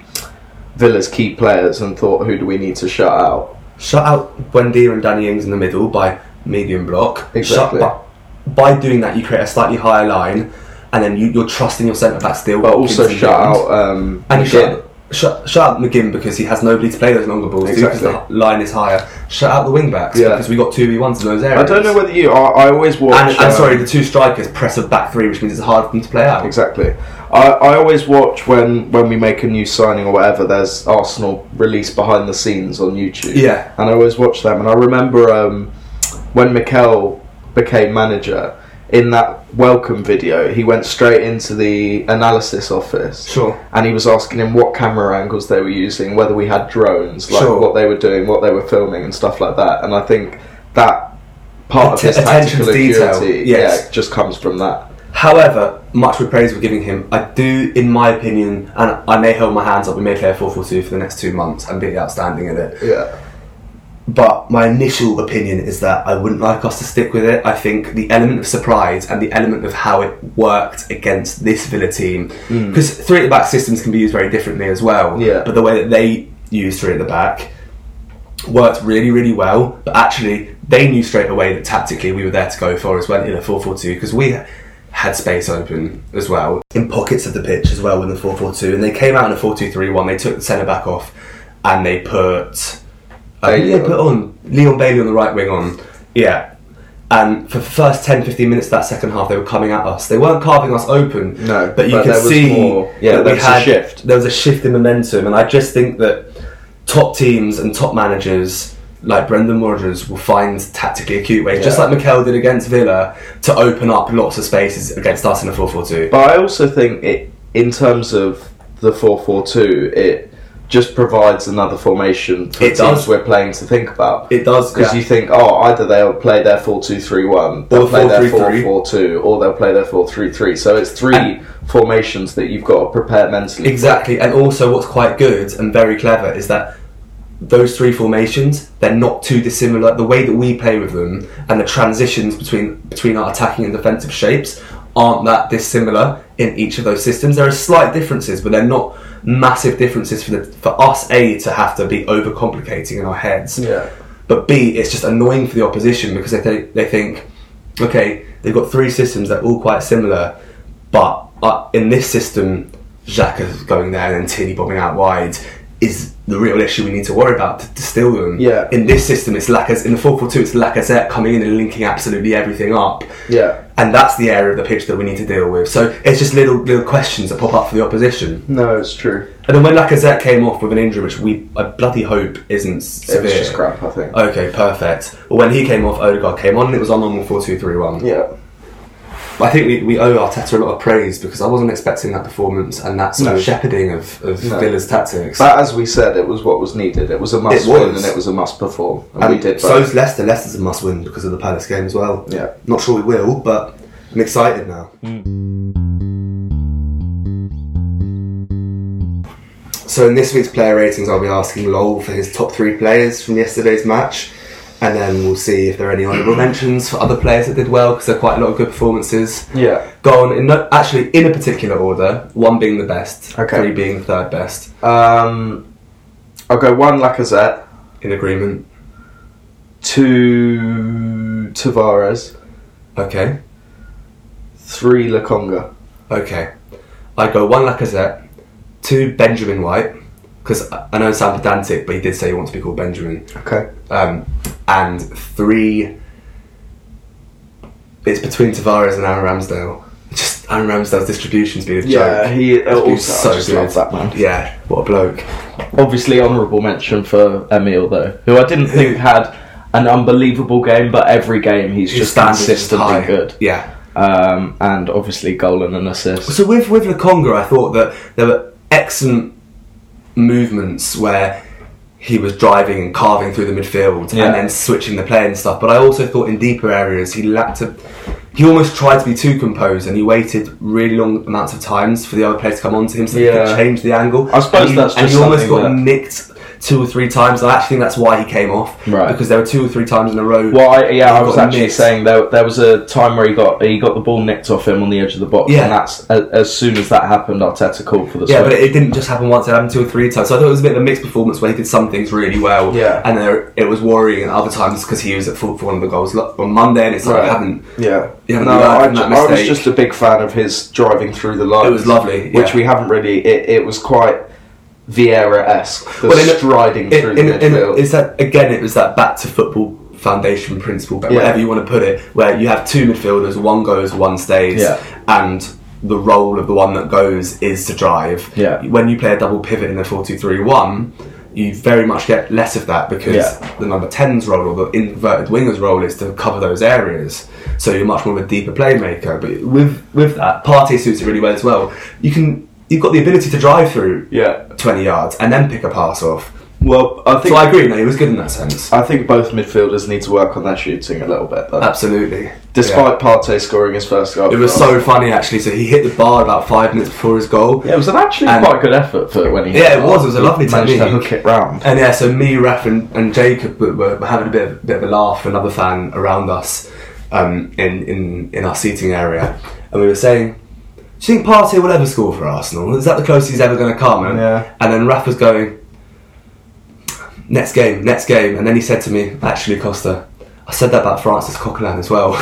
[SPEAKER 1] Villa's key players and thought, who do we need to shut out?
[SPEAKER 2] Shut out Buendia and Danny Ings in the middle by medium block.
[SPEAKER 1] Exactly.
[SPEAKER 2] Shut, by, by doing that, you create a slightly higher line, and then you, you're trusting your centre back still.
[SPEAKER 1] But also
[SPEAKER 2] Watkins and
[SPEAKER 1] shut
[SPEAKER 2] Jones.
[SPEAKER 1] out. Um,
[SPEAKER 2] And you
[SPEAKER 1] again,
[SPEAKER 2] shut, shut, shut out McGinn because he has nobody to play those longer balls to because
[SPEAKER 1] Exactly.
[SPEAKER 2] the line is higher. Shut out the wing backs
[SPEAKER 1] Yeah.
[SPEAKER 2] because we got 2v1s in those
[SPEAKER 1] I
[SPEAKER 2] areas.
[SPEAKER 1] don't know whether you. I, I always watch.
[SPEAKER 2] And,
[SPEAKER 1] um,
[SPEAKER 2] and sorry, the two strikers press a back three, which means it's hard for them to play out.
[SPEAKER 1] Exactly. I, I always watch when, when we make a new signing or whatever, there's Arsenal release behind the scenes on YouTube.
[SPEAKER 2] Yeah.
[SPEAKER 1] And I always watch them. And I remember um, when Mikel became manager, in that welcome video, he went straight into the analysis office.
[SPEAKER 2] Sure.
[SPEAKER 1] And he was asking him what camera angles they were using, whether we had drones, like
[SPEAKER 2] Sure.
[SPEAKER 1] what they were doing, what they were filming, and stuff like that. And I think that part
[SPEAKER 2] Atten-
[SPEAKER 1] of his tactical
[SPEAKER 2] attention to detail,
[SPEAKER 1] acuity
[SPEAKER 2] yes.
[SPEAKER 1] yeah, just comes from that.
[SPEAKER 2] However, much with praise we're giving him, I do, in my opinion, and I may hold my hands up, we may play a 4 4 2 for the next two months and be outstanding at it.
[SPEAKER 1] Yeah.
[SPEAKER 2] But my initial opinion is that I wouldn't like us to stick with it. I think the element of surprise and the element of how it worked against this Villa team, because three at the back systems can be used very differently as well.
[SPEAKER 1] Yeah.
[SPEAKER 2] But the way that they used three at the back worked really, really well. But actually, they knew straight away that tactically we were there to go for as well in a 4 4 2 because we had space open as well in pockets of the pitch as well in the 4 4 2. And they came out in a 4 2 3 1. They took the centre back off and they put. I think
[SPEAKER 1] Bailey
[SPEAKER 2] they put on Leon Bailey on the right wing on. Yeah. And for the first 10 15 minutes of that second half, they were coming at us. They weren't carving us open.
[SPEAKER 1] No,
[SPEAKER 2] But you
[SPEAKER 1] but
[SPEAKER 2] could
[SPEAKER 1] there was
[SPEAKER 2] see
[SPEAKER 1] more- yeah,
[SPEAKER 2] that
[SPEAKER 1] there
[SPEAKER 2] we
[SPEAKER 1] was a
[SPEAKER 2] had
[SPEAKER 1] shift.
[SPEAKER 2] there was a shift in momentum, and I just think that top teams and top managers like Brendan Rodgers will find tactically acute ways, just
[SPEAKER 1] Yeah.
[SPEAKER 2] like Mikel did against Villa, to open up lots of spaces against us in a 4 4 2.
[SPEAKER 1] But I also think it, in terms of the four four two, it just provides another formation for
[SPEAKER 2] It
[SPEAKER 1] teams
[SPEAKER 2] does.
[SPEAKER 1] we're playing to think about.
[SPEAKER 2] It does,
[SPEAKER 1] because
[SPEAKER 2] yeah.
[SPEAKER 1] you think, oh, either they'll play their four two three one,
[SPEAKER 2] Or
[SPEAKER 1] they'll play their
[SPEAKER 2] 4-3-3.
[SPEAKER 1] four four two, or they'll play their four three three. So it's three
[SPEAKER 2] And-
[SPEAKER 1] formations that you've got to prepare mentally.
[SPEAKER 2] Exactly, and also what's quite good and very clever is that those three formations they're not too dissimilar. The way that we play with them and the transitions between between our attacking and defensive shapes aren't that dissimilar in each of those systems. There are slight differences, but they're not massive differences for the for us a to have to be overcomplicating in our heads.
[SPEAKER 1] Yeah.
[SPEAKER 2] But b it's just annoying for the opposition because they th- they think, okay, they've got three systems that are all quite similar, but uh, in this system, Xhaka's going there and then Tierney bombing out wide is the real issue we need to worry about to distill them.
[SPEAKER 1] Yeah.
[SPEAKER 2] In this system, it's Lacazette. In the 4 4 2, it's Lacazette coming in and linking absolutely everything up.
[SPEAKER 1] Yeah.
[SPEAKER 2] And that's the area of the pitch that we need to deal with. So it's just little little questions that pop up for the opposition.
[SPEAKER 1] No, it's true.
[SPEAKER 2] And then when Lacazette came off with an injury, which we I bloody hope isn't severe.
[SPEAKER 1] It was just crap, I think.
[SPEAKER 2] Okay, perfect. But when he came off, Odegaard came on, and it was our normal 4 2 3 1.
[SPEAKER 1] yeah.
[SPEAKER 2] But I think we, we owe Arteta a lot of praise because I wasn't expecting that performance and that sort
[SPEAKER 1] No.
[SPEAKER 2] of shepherding of, of
[SPEAKER 1] No.
[SPEAKER 2] Villa's tactics.
[SPEAKER 1] But as we said, it was what was needed. It was a must
[SPEAKER 2] It
[SPEAKER 1] win
[SPEAKER 2] was.
[SPEAKER 1] and it was a must perform. And,
[SPEAKER 2] and
[SPEAKER 1] we did
[SPEAKER 2] so
[SPEAKER 1] both.
[SPEAKER 2] is Leicester. Leicester's a must win because of the Palace game as well.
[SPEAKER 1] Yeah.
[SPEAKER 2] Not sure we will, but I'm excited now. So in this week's player ratings, I'll be asking Lowell for his top three players from yesterday's match, and then we'll see if there are any honourable mentions for other players that did well because there are quite a lot of good performances.
[SPEAKER 1] Yeah.
[SPEAKER 2] Go on in no, actually in a particular order. One being the best,
[SPEAKER 1] Okay.
[SPEAKER 2] three being the third best.
[SPEAKER 1] Um, I'll go one Lacazette,
[SPEAKER 2] In agreement.
[SPEAKER 1] two Tavares,
[SPEAKER 2] Okay.
[SPEAKER 1] three Laconga.
[SPEAKER 2] Okay. I go one Lacazette, two Benjamin White, because I I know it sounds pedantic, but he did say he wants to be called Benjamin.
[SPEAKER 1] Okay.
[SPEAKER 2] Um, and three. It's between Tavares and Aaron Ramsdale. Just Aaron Ramsdale's distribution's been a
[SPEAKER 1] Yeah,
[SPEAKER 2] joke.
[SPEAKER 1] he
[SPEAKER 2] It's
[SPEAKER 1] also
[SPEAKER 2] been
[SPEAKER 1] I just love that man.
[SPEAKER 2] Yeah, what a bloke.
[SPEAKER 1] Obviously, honourable mention for Emil though, who I didn't think had an unbelievable game, but every game he's
[SPEAKER 2] His
[SPEAKER 1] just
[SPEAKER 2] standards is
[SPEAKER 1] consistently
[SPEAKER 2] high.
[SPEAKER 1] good.
[SPEAKER 2] Yeah.
[SPEAKER 1] Um, and obviously, goal and an assist.
[SPEAKER 2] So with with Lukonga, I thought that there were excellent movements where he was driving and carving through the midfield
[SPEAKER 1] Yeah.
[SPEAKER 2] and then switching the play and stuff. But I also thought in deeper areas he lacked a. He almost tried to be too composed and he waited really long amounts of times for the other player to come on to him so he
[SPEAKER 1] Yeah.
[SPEAKER 2] could change the angle.
[SPEAKER 1] I suppose
[SPEAKER 2] and he,
[SPEAKER 1] that's
[SPEAKER 2] and
[SPEAKER 1] just
[SPEAKER 2] he almost
[SPEAKER 1] something
[SPEAKER 2] got
[SPEAKER 1] that-
[SPEAKER 2] nicked two or three times. I actually think that's why he came off
[SPEAKER 1] Right.
[SPEAKER 2] because there were two or three times in a row.
[SPEAKER 1] Well, I, yeah,
[SPEAKER 2] he
[SPEAKER 1] I was
[SPEAKER 2] got
[SPEAKER 1] actually
[SPEAKER 2] nicked.
[SPEAKER 1] saying there, there was a time where he got he got the ball nicked off him on the edge of the box,
[SPEAKER 2] Yeah.
[SPEAKER 1] and that's as, as soon as that happened, Arteta called for the
[SPEAKER 2] Yeah,
[SPEAKER 1] switch.
[SPEAKER 2] but it, it didn't just happen once, it happened two or three times. So I thought it was a bit of a mixed performance where he did some things really well.
[SPEAKER 1] Yeah.
[SPEAKER 2] And there, it was worrying at other times because he was at fault for one of the goals lo- on Monday and it's like, I haven't.
[SPEAKER 1] Yeah.
[SPEAKER 2] You haven't
[SPEAKER 1] no, I,
[SPEAKER 2] learned from
[SPEAKER 1] ju-
[SPEAKER 2] that
[SPEAKER 1] I was
[SPEAKER 2] mistake.
[SPEAKER 1] just a big fan of his driving through the line.
[SPEAKER 2] It was lovely, yeah.
[SPEAKER 1] Which we haven't really. It, it was quite Vieira esque. The
[SPEAKER 2] Well, in a-
[SPEAKER 1] striding
[SPEAKER 2] It,
[SPEAKER 1] through
[SPEAKER 2] in-
[SPEAKER 1] the
[SPEAKER 2] in-
[SPEAKER 1] midfield.
[SPEAKER 2] it's that, again, it was that back to football foundation principle, but
[SPEAKER 1] Yeah.
[SPEAKER 2] whatever you want to put it, where you have two midfielders, one goes, one stays.
[SPEAKER 1] Yeah.
[SPEAKER 2] And the role of the one that goes is to drive.
[SPEAKER 1] Yeah.
[SPEAKER 2] When you play a double pivot in a 4 2 3 1, you very much get less of that because
[SPEAKER 1] Yeah.
[SPEAKER 2] the number 10's role or the inverted winger's role is to cover those areas. So you're much more of a deeper playmaker. But with with that, Partey suits it really well as well. You can you've got the ability to drive through
[SPEAKER 1] yeah.
[SPEAKER 2] 20 yards and then pick a pass off.
[SPEAKER 1] Well, I think
[SPEAKER 2] So I agree, no, he was good in that sense.
[SPEAKER 1] I think both midfielders need to work on their shooting a little bit, though.
[SPEAKER 2] Absolutely.
[SPEAKER 1] Despite Partey scoring his first goal,
[SPEAKER 2] Yeah. Uh, It was so funny actually. So he hit the bar about five minutes before his goal.
[SPEAKER 1] Yeah, it was an actually
[SPEAKER 2] And-
[SPEAKER 1] quite good effort for when he.
[SPEAKER 2] Yeah, it was. It was a
[SPEAKER 1] He
[SPEAKER 2] lovely
[SPEAKER 1] managed to
[SPEAKER 2] technique.
[SPEAKER 1] hook it round.
[SPEAKER 2] And yeah, so me, Raf, and, and Jacob were, were having a bit of, bit of a laugh. Another fan around us um, in, in in our seating area, and we were saying, "Do you think Partey will ever score for Arsenal? Is that the closest he's ever going to come?" And,
[SPEAKER 1] Yeah.
[SPEAKER 2] and then Raf was going, "Next game, next game," and then he said to me, "Actually, Costa." I said that about Francis Coquelin as well.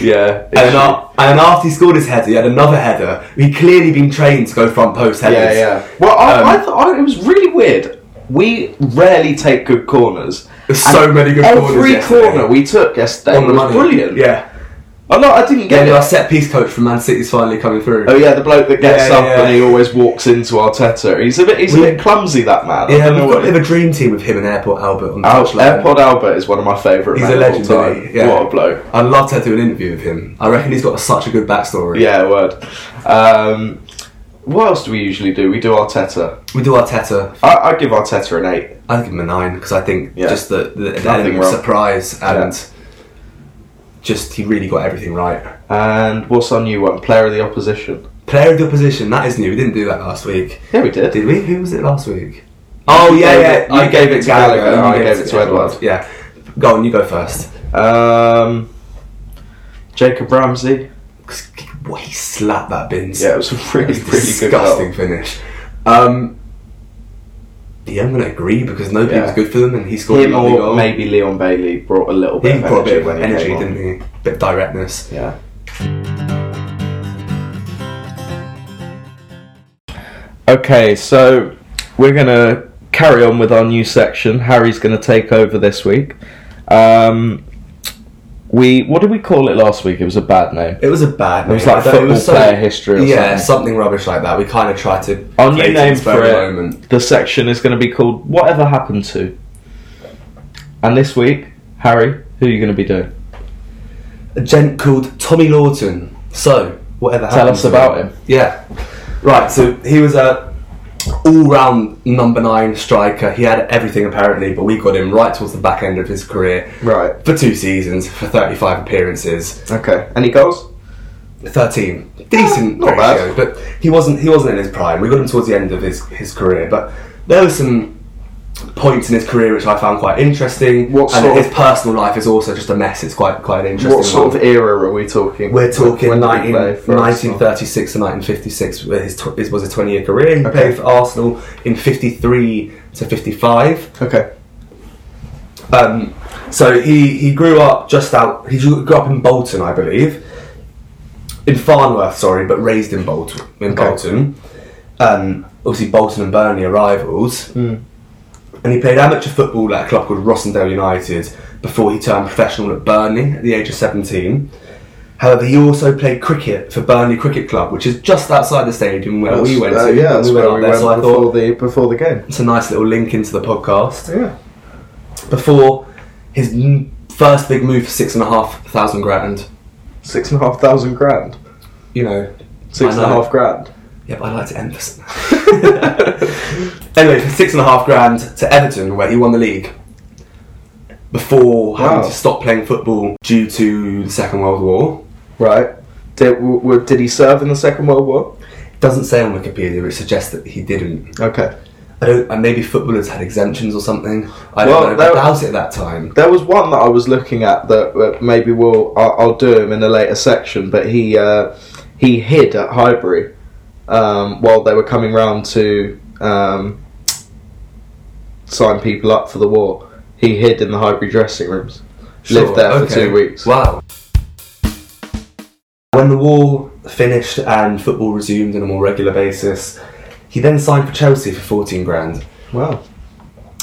[SPEAKER 1] yeah,
[SPEAKER 2] And then, a- and then after he scored his header, he had another header. He'd clearly been trained to go front post
[SPEAKER 1] Yeah,
[SPEAKER 2] headers.
[SPEAKER 1] yeah. Well, I,
[SPEAKER 2] Um,
[SPEAKER 1] I thought I, it was really weird. We rarely take good corners.
[SPEAKER 2] There's
[SPEAKER 1] And
[SPEAKER 2] so many good corners
[SPEAKER 1] Every
[SPEAKER 2] yesterday.
[SPEAKER 1] corner we took yesterday
[SPEAKER 2] On the
[SPEAKER 1] was
[SPEAKER 2] money.
[SPEAKER 1] brilliant.
[SPEAKER 2] Yeah.
[SPEAKER 1] Oh no, I didn't
[SPEAKER 2] Yeah,
[SPEAKER 1] get
[SPEAKER 2] our
[SPEAKER 1] it.
[SPEAKER 2] set piece coach from Man City's finally coming through.
[SPEAKER 1] Oh yeah, the bloke that gets
[SPEAKER 2] Yeah,
[SPEAKER 1] up
[SPEAKER 2] yeah.
[SPEAKER 1] and he always walks into Arteta. He's a bit, he's
[SPEAKER 2] We-
[SPEAKER 1] a bit clumsy that man. I
[SPEAKER 2] yeah,
[SPEAKER 1] don't know
[SPEAKER 2] we've got a
[SPEAKER 1] what
[SPEAKER 2] bit
[SPEAKER 1] it-
[SPEAKER 2] of a dream team with him and Airport Albert on the
[SPEAKER 1] Al-
[SPEAKER 2] touchline.
[SPEAKER 1] Airpod Albert is one of my favourite.
[SPEAKER 2] He's a
[SPEAKER 1] men of all
[SPEAKER 2] legend,
[SPEAKER 1] time.
[SPEAKER 2] isn't he? Yeah.
[SPEAKER 1] What a bloke.
[SPEAKER 2] I'd love to do an interview with him. I reckon he's got such a good backstory.
[SPEAKER 1] Yeah, word. Um, what else do we usually do? We do Arteta.
[SPEAKER 2] We do Arteta.
[SPEAKER 1] I, I give Arteta an eight.
[SPEAKER 2] I give him a nine because I think
[SPEAKER 1] Yeah.
[SPEAKER 2] just the, the, the
[SPEAKER 1] Nothing
[SPEAKER 2] element of
[SPEAKER 1] wrong.
[SPEAKER 2] surprise and
[SPEAKER 1] Yeah.
[SPEAKER 2] just he really got everything right.
[SPEAKER 1] And what's our new one? Player of the opposition.
[SPEAKER 2] Player of the opposition, that is new. We didn't do that last week.
[SPEAKER 1] Yeah, we did.
[SPEAKER 2] Did we? Who was it last week? Oh yeah, yeah.
[SPEAKER 1] You gave it to Gallagher, I gave it to Edward.
[SPEAKER 2] Yeah. Go on, you go first.
[SPEAKER 1] Um, Jacob Ramsey.
[SPEAKER 2] Well, he slapped that bin.
[SPEAKER 1] Yeah, it was a really,
[SPEAKER 2] It's
[SPEAKER 1] really
[SPEAKER 2] disgusting
[SPEAKER 1] good
[SPEAKER 2] finish. Um, yeah, I'm going to agree because nobody
[SPEAKER 1] Yeah.
[SPEAKER 2] was good for them, and he scored
[SPEAKER 1] goal. Him
[SPEAKER 2] the lovely
[SPEAKER 1] or
[SPEAKER 2] goal.
[SPEAKER 1] maybe Leon Bailey brought a little bit
[SPEAKER 2] he
[SPEAKER 1] of
[SPEAKER 2] brought
[SPEAKER 1] energy
[SPEAKER 2] a bit of
[SPEAKER 1] when he
[SPEAKER 2] energy,
[SPEAKER 1] came on.
[SPEAKER 2] didn't he? bit of directness.
[SPEAKER 1] Yeah. Okay, so we're gonna carry on with our new section. Harry's gonna take over this week. Um, we what did we call it last week? It was a bad name.
[SPEAKER 2] It was a bad.
[SPEAKER 1] It was
[SPEAKER 2] name.
[SPEAKER 1] like
[SPEAKER 2] I thought
[SPEAKER 1] football
[SPEAKER 2] something-
[SPEAKER 1] player history or
[SPEAKER 2] yeah,
[SPEAKER 1] something.
[SPEAKER 2] rubbish like that. We kind of tried to.
[SPEAKER 1] Our new
[SPEAKER 2] create
[SPEAKER 1] name
[SPEAKER 2] it
[SPEAKER 1] for
[SPEAKER 2] at the
[SPEAKER 1] it.
[SPEAKER 2] moment.
[SPEAKER 1] The section is gonna be called "Whatever Happened to." And this week, Harry, who are you gonna be doing?
[SPEAKER 2] A gent called Tommy Lawton. So whatever.
[SPEAKER 1] Tell
[SPEAKER 2] happened
[SPEAKER 1] us
[SPEAKER 2] to
[SPEAKER 1] about him.
[SPEAKER 2] Yeah. Right. So he was a all-round number nine striker. He had everything apparently, but we got him right towards the back end of his career.
[SPEAKER 1] Right.
[SPEAKER 2] For two seasons, for 35 appearances,
[SPEAKER 1] Okay. Any goals?
[SPEAKER 2] 13. Decent
[SPEAKER 1] Ah, Not bad.
[SPEAKER 2] ratio, but he wasn't he wasn't in his prime. We got him towards the end of his, his career, but there were some points in his career which I found quite interesting.
[SPEAKER 1] What
[SPEAKER 2] and
[SPEAKER 1] sort
[SPEAKER 2] his
[SPEAKER 1] of-
[SPEAKER 2] personal life is also just a mess. It's quite quite an interesting.
[SPEAKER 1] What sort
[SPEAKER 2] one.
[SPEAKER 1] of era are we talking?
[SPEAKER 2] We're talking
[SPEAKER 1] When did he
[SPEAKER 2] 19,
[SPEAKER 1] play for us?
[SPEAKER 2] 1936 to 1956. where His, tw- his was a 20 year career. He
[SPEAKER 1] Okay.
[SPEAKER 2] played for Arsenal in 53 to 55.
[SPEAKER 1] Okay.
[SPEAKER 2] Um, so he, he grew up just out. He grew up in Bolton, I believe, in Farnworth, sorry, but raised in Bolton. In
[SPEAKER 1] Okay.
[SPEAKER 2] Bolton, um, obviously Bolton and Burnley are rivals, and he played amateur football at a club called Rossendale United before he turned professional at Burnley at the age of seventeen. However, he also played cricket for Burnley Cricket Club, which is just outside the stadium where we went
[SPEAKER 1] Uh,
[SPEAKER 2] to.
[SPEAKER 1] yeah, that's
[SPEAKER 2] we went
[SPEAKER 1] where
[SPEAKER 2] up
[SPEAKER 1] we
[SPEAKER 2] there,
[SPEAKER 1] went
[SPEAKER 2] so I
[SPEAKER 1] before
[SPEAKER 2] thought
[SPEAKER 1] the before the game.
[SPEAKER 2] it's a nice little link into the podcast
[SPEAKER 1] Yeah.
[SPEAKER 2] before his m- first big move for six and a half thousand grand.
[SPEAKER 1] Six and a half thousand grand.
[SPEAKER 2] You know,
[SPEAKER 1] Six
[SPEAKER 2] I
[SPEAKER 1] and a
[SPEAKER 2] know.
[SPEAKER 1] half grand.
[SPEAKER 2] yeah, but I like to emphasise. anyway, for six and a half grand to Everton, where he won the league. Before
[SPEAKER 1] Wow.
[SPEAKER 2] having to stop playing football due to the Second World War.
[SPEAKER 1] Right. Did, w- w- did he serve in the Second World War?
[SPEAKER 2] It doesn't say on Wikipedia, which suggests that he didn't.
[SPEAKER 1] Okay.
[SPEAKER 2] I don't, and maybe footballers had exemptions or something. I
[SPEAKER 1] Well,
[SPEAKER 2] don't know.
[SPEAKER 1] that-
[SPEAKER 2] But doubt it at that time.
[SPEAKER 1] There was one that I was looking at that uh, maybe we'll I'll, I'll do him in a later section, but he uh, he hid at Highbury um, while they were coming round to um, sign people up for the war. He hid in the Highbury dressing rooms. Lived there for two weeks.
[SPEAKER 2] Wow. When the war finished and football resumed on a more regular basis, he then signed for Chelsea for 14 grand.
[SPEAKER 1] Wow.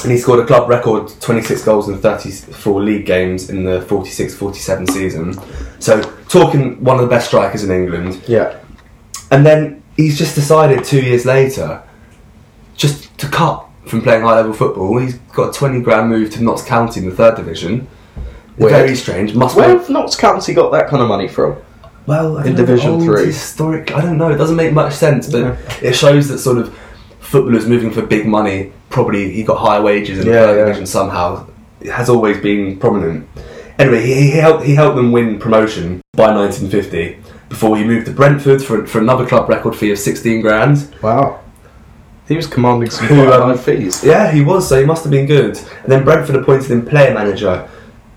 [SPEAKER 2] And he scored a club record 26 goals in 34 league games in the 46 47 season. So, talking one of the best strikers in England.
[SPEAKER 1] Yeah.
[SPEAKER 2] And then he's just decided two years later just to cut from playing high level football. He's got a 20 grand move to Notts County in the third division.
[SPEAKER 1] Weird.
[SPEAKER 2] Very strange. Must be
[SPEAKER 1] Where have Notts County got that kind of money from?
[SPEAKER 2] well I
[SPEAKER 1] In
[SPEAKER 2] don't know,
[SPEAKER 1] Division
[SPEAKER 2] old
[SPEAKER 1] Three.
[SPEAKER 2] historic i don't know it doesn't make much sense but it shows that sort of footballers moving for big money probably he got higher wages in the
[SPEAKER 1] Yeah,
[SPEAKER 2] third
[SPEAKER 1] yeah.
[SPEAKER 2] division somehow it has always been prominent anyway he, he helped he helped them win promotion by 1950 before he moved to brentford for, for another club record fee of 16 grand
[SPEAKER 1] Wow. He was commanding some
[SPEAKER 2] Who,
[SPEAKER 1] quite high
[SPEAKER 2] um,
[SPEAKER 1] fees.
[SPEAKER 2] Yeah, he was. So he must have been good. And then Brentford appointed him player manager,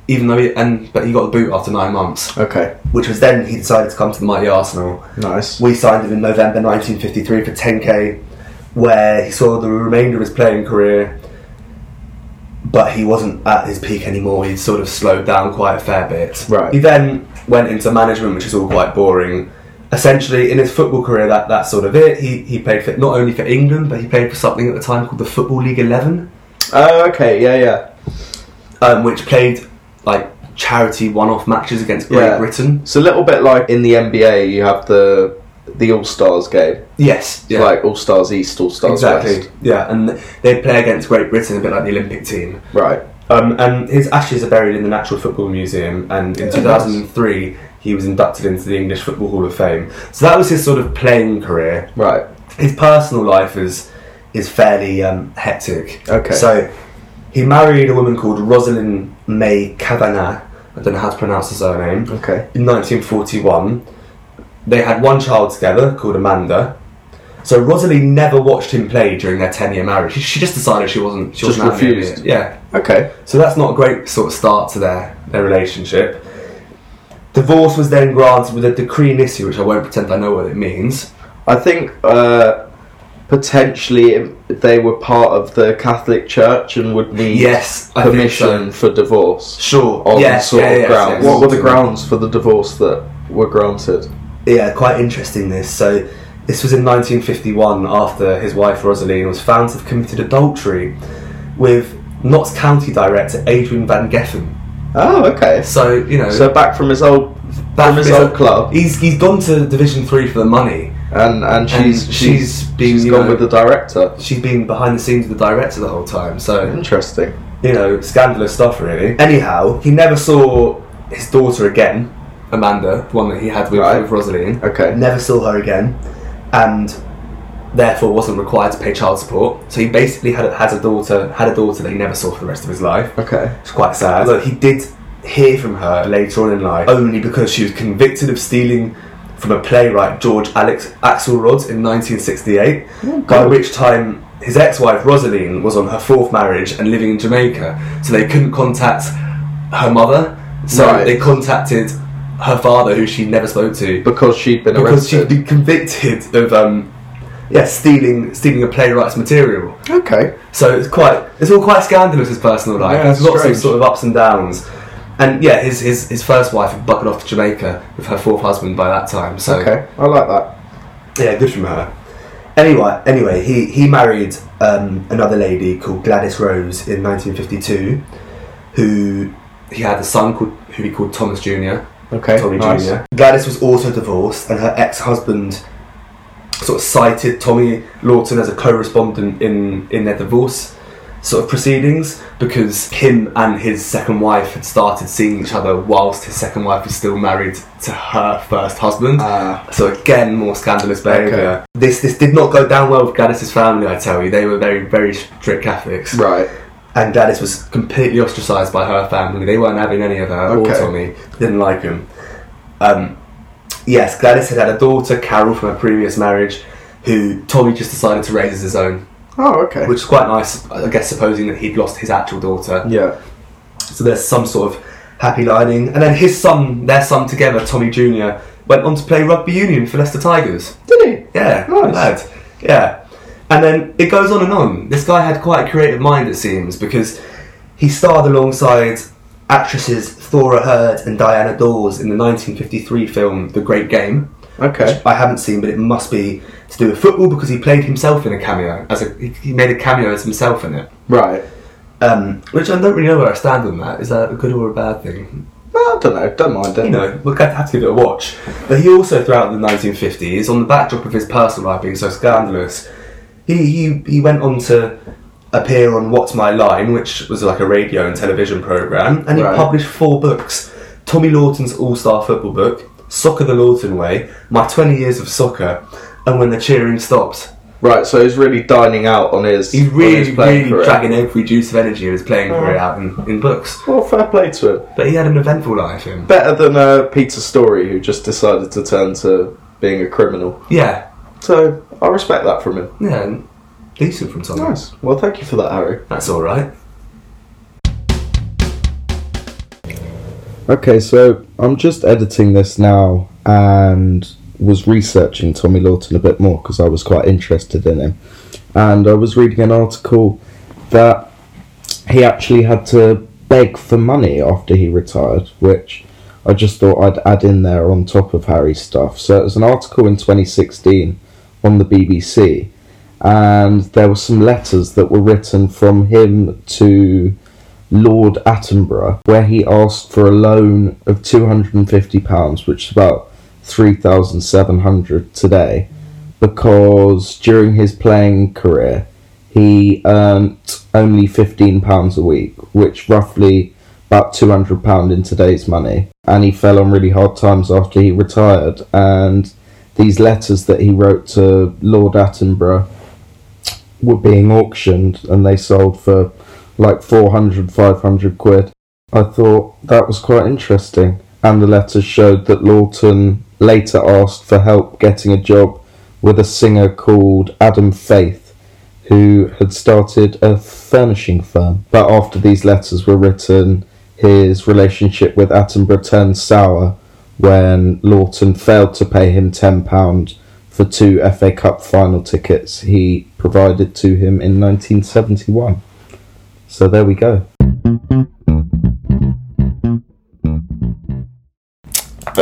[SPEAKER 2] even though he and but he got the boot after nine months,
[SPEAKER 1] Okay,
[SPEAKER 2] which was then he decided to come to the mighty Arsenal.
[SPEAKER 1] nice.
[SPEAKER 2] We signed him in November 1953 for 10k, where he saw the remainder of his playing career. But he wasn't at his peak anymore. He'd sort of slowed down quite a fair bit.
[SPEAKER 1] Right.
[SPEAKER 2] He then went into management, which is all quite boring. Essentially, in his football career, that that's sort of it. He he played for not only for England, but he played for something at the time called the Football League Eleven
[SPEAKER 1] Oh, okay, yeah, yeah.
[SPEAKER 2] um, which played like charity one-off matches against Great
[SPEAKER 1] Yeah.
[SPEAKER 2] Britain.
[SPEAKER 1] It's a little bit like in the NBA, you have the the All Stars game,
[SPEAKER 2] Yes, yeah,
[SPEAKER 1] like All Stars East, All Stars
[SPEAKER 2] exactly,
[SPEAKER 1] West.
[SPEAKER 2] yeah, and they play against Great Britain a bit like the Olympic team.
[SPEAKER 1] Right.
[SPEAKER 2] Um, and his ashes are buried in the Natural Football Museum, and in
[SPEAKER 1] Yeah,
[SPEAKER 2] 2003 he was inducted into the English Football Hall of Fame. So that was his sort of playing career.
[SPEAKER 1] Right.
[SPEAKER 2] His personal life is is fairly um, hectic.
[SPEAKER 1] Okay.
[SPEAKER 2] so he married a woman called Rosalind May Kavanagh. I don't know how to pronounce the surname.
[SPEAKER 1] Okay.
[SPEAKER 2] in 1941, they had one child together called Amanda. So Rosalie never watched him play during their 10 year marriage. She, she just decided she wasn't. She
[SPEAKER 1] Just
[SPEAKER 2] wasn't having it.
[SPEAKER 1] refused.
[SPEAKER 2] Yeah.
[SPEAKER 1] Okay.
[SPEAKER 2] So that's not a great sort of start to their, their relationship. Divorce was then granted with a decree nisi, which I won't pretend I know what it means.
[SPEAKER 1] I think uh, potentially they were part of the Catholic Church and would need
[SPEAKER 2] Yes, I think
[SPEAKER 1] permission
[SPEAKER 2] so.
[SPEAKER 1] for divorce
[SPEAKER 2] Sure.
[SPEAKER 1] on
[SPEAKER 2] yes,
[SPEAKER 1] sort
[SPEAKER 2] yeah,
[SPEAKER 1] of
[SPEAKER 2] yes,
[SPEAKER 1] grounds.
[SPEAKER 2] yes.
[SPEAKER 1] what were the grounds for the divorce that were granted?
[SPEAKER 2] yeah, quite interesting this. So this was in 1951 after his wife Rosaline was found to have committed adultery with Notts County director Adrian Van Geffen.
[SPEAKER 1] Oh, okay.
[SPEAKER 2] So, you know,
[SPEAKER 1] So back from his old
[SPEAKER 2] that
[SPEAKER 1] from his
[SPEAKER 2] is a-
[SPEAKER 1] old club,
[SPEAKER 2] He's, he's gone to Division 3 for the money.
[SPEAKER 1] and and she's
[SPEAKER 2] she's
[SPEAKER 1] she's
[SPEAKER 2] been, uh,
[SPEAKER 1] she's
[SPEAKER 2] you
[SPEAKER 1] gone
[SPEAKER 2] know-
[SPEAKER 1] with the director.
[SPEAKER 2] She's been behind the scenes with the director the whole time. So,
[SPEAKER 1] Interesting.
[SPEAKER 2] you know, scandalous stuff, really. Anyhow, he never saw his daughter again, Amanda, the one that he had with,
[SPEAKER 1] Right.
[SPEAKER 2] with Rosaline.
[SPEAKER 1] Okay.
[SPEAKER 2] never saw her again, and therefore wasn't required to pay child support. So he basically had has a daughter, had a daughter that he never saw for the rest of his life.
[SPEAKER 1] Okay.
[SPEAKER 2] It's quite sad. Although he did hear from her later on in life, only because she was convicted of stealing from a playwright George Alex Axelrod in 1968. by
[SPEAKER 1] God.
[SPEAKER 2] which time his ex-wife Rosaline was on her fourth marriage and living in Jamaica, so they couldn't contact her mother. So
[SPEAKER 1] Right.
[SPEAKER 2] they contacted her father, who she never spoke to,
[SPEAKER 1] Because she'd been
[SPEAKER 2] because she'd
[SPEAKER 1] arrested.
[SPEAKER 2] been convicted of um, yeah stealing stealing a playwright's material.
[SPEAKER 1] okay.
[SPEAKER 2] So it's quite it's all quite scandalous his personal life.
[SPEAKER 1] Yeah,
[SPEAKER 2] There's
[SPEAKER 1] it's
[SPEAKER 2] lots
[SPEAKER 1] strange.
[SPEAKER 2] of sort of ups and downs. And yeah, his, his his first wife had bucketed off to Jamaica with her fourth husband by that time. So
[SPEAKER 1] Okay. I like that.
[SPEAKER 2] yeah, good from her. Anyway, anyway, he he married um, another lady called Gladys Rose in 1952, who he had a son called who he called Thomas Junior.
[SPEAKER 1] Okay.
[SPEAKER 2] Tommy
[SPEAKER 1] nice.
[SPEAKER 2] Jr. Gladys was also divorced, and her ex husband sort of cited Tommy Lawton as a co respondent in, in their divorce sort of proceedings because him and his second wife had started seeing each other whilst his second wife was still married to her first husband.
[SPEAKER 1] Ah.
[SPEAKER 2] so again, more scandalous
[SPEAKER 1] Okay.
[SPEAKER 2] behaviour. This this did not go down well with Gladys's family. I tell you, they were very very strict Catholics,
[SPEAKER 1] Right.
[SPEAKER 2] and Gladys was completely ostracised by her family. They weren't having any of her
[SPEAKER 1] Okay.
[SPEAKER 2] or Tommy. Didn't like him. Um, yes, Gladys had had a daughter, Carol, from her previous marriage, who Tommy just decided to raise as his own,
[SPEAKER 1] Oh, okay.
[SPEAKER 2] which is quite nice. I guess supposing that he'd lost his actual daughter,
[SPEAKER 1] yeah.
[SPEAKER 2] so there's some sort of happy lining. And then his son, their son together, Tommy Junior, went on to play rugby union for Leicester Tigers.
[SPEAKER 1] Did he?
[SPEAKER 2] Yeah,
[SPEAKER 1] Nice.
[SPEAKER 2] good lad. Yeah. And then it goes on and on. This guy had quite a creative mind, it seems, because he starred alongside actresses Thora Hurd and Diana Dawes in the 1953 film The Great Game.
[SPEAKER 1] Okay.
[SPEAKER 2] which I haven't seen, but it must be to do with football because he played himself in a cameo. As a, he- he made a cameo as himself in it.
[SPEAKER 1] Right.
[SPEAKER 2] Um, which I don't really know where I stand on that. Is that a good or a bad thing?
[SPEAKER 1] Well, I don't know. Don't mind it.
[SPEAKER 2] you know, we'll have to give it a watch. But he also, throughout the 1950s, on the backdrop of his personal life being so scandalous, he, he, he went on to appear on What's My Line, which was like a radio and television programme, and he
[SPEAKER 1] Right.
[SPEAKER 2] published four books Tommy Lawton's All Star Football Book, Soccer the Lawton Way, My 20 Years of Soccer, and When the Cheering Stops.
[SPEAKER 1] Right. So he's really dining out on his.
[SPEAKER 2] He's
[SPEAKER 1] on
[SPEAKER 2] really,
[SPEAKER 1] his playing
[SPEAKER 2] really
[SPEAKER 1] career.
[SPEAKER 2] dragging every juice of energy of his playing career
[SPEAKER 1] Oh.
[SPEAKER 2] out in, in books.
[SPEAKER 1] Well, fair play to him.
[SPEAKER 2] But he had an eventful life, him.
[SPEAKER 1] Better than uh, Peter Story, who just decided to turn to being a criminal.
[SPEAKER 2] Yeah,
[SPEAKER 1] So I respect that from him.
[SPEAKER 2] yeah, and decent from Tommy.
[SPEAKER 1] Nice. Well, thank you for that, Harry.
[SPEAKER 2] That's all right.
[SPEAKER 1] Okay, so I'm just editing this now and was researching Tommy Lawton a bit more because I was quite interested in him. And I was reading an article that he actually had to beg for money after he retired, which I just thought I'd add in there on top of Harry's stuff. So it was an article in 2016 on the BBC, and there were some letters that were written from him to Lord Attenborough, where he asked for a loan of £250, which is about 3,700 today, because during his playing career, he earned only £15 a week, which roughly about £200 in today's money. And he fell on really hard times after he retired. And these letters that he wrote to Lord Attenborough were being auctioned and they sold for like 400, 500 quid. I thought that was quite interesting. And the letters showed that Lawton later asked for help getting a job with a singer called Adam Faith, who had started a furnishing firm. But after these letters were written, his relationship with Attenborough turned sour
[SPEAKER 3] when Lawton failed to pay him £10 for two FA Cup final tickets he provided to him in 1971. So there we go.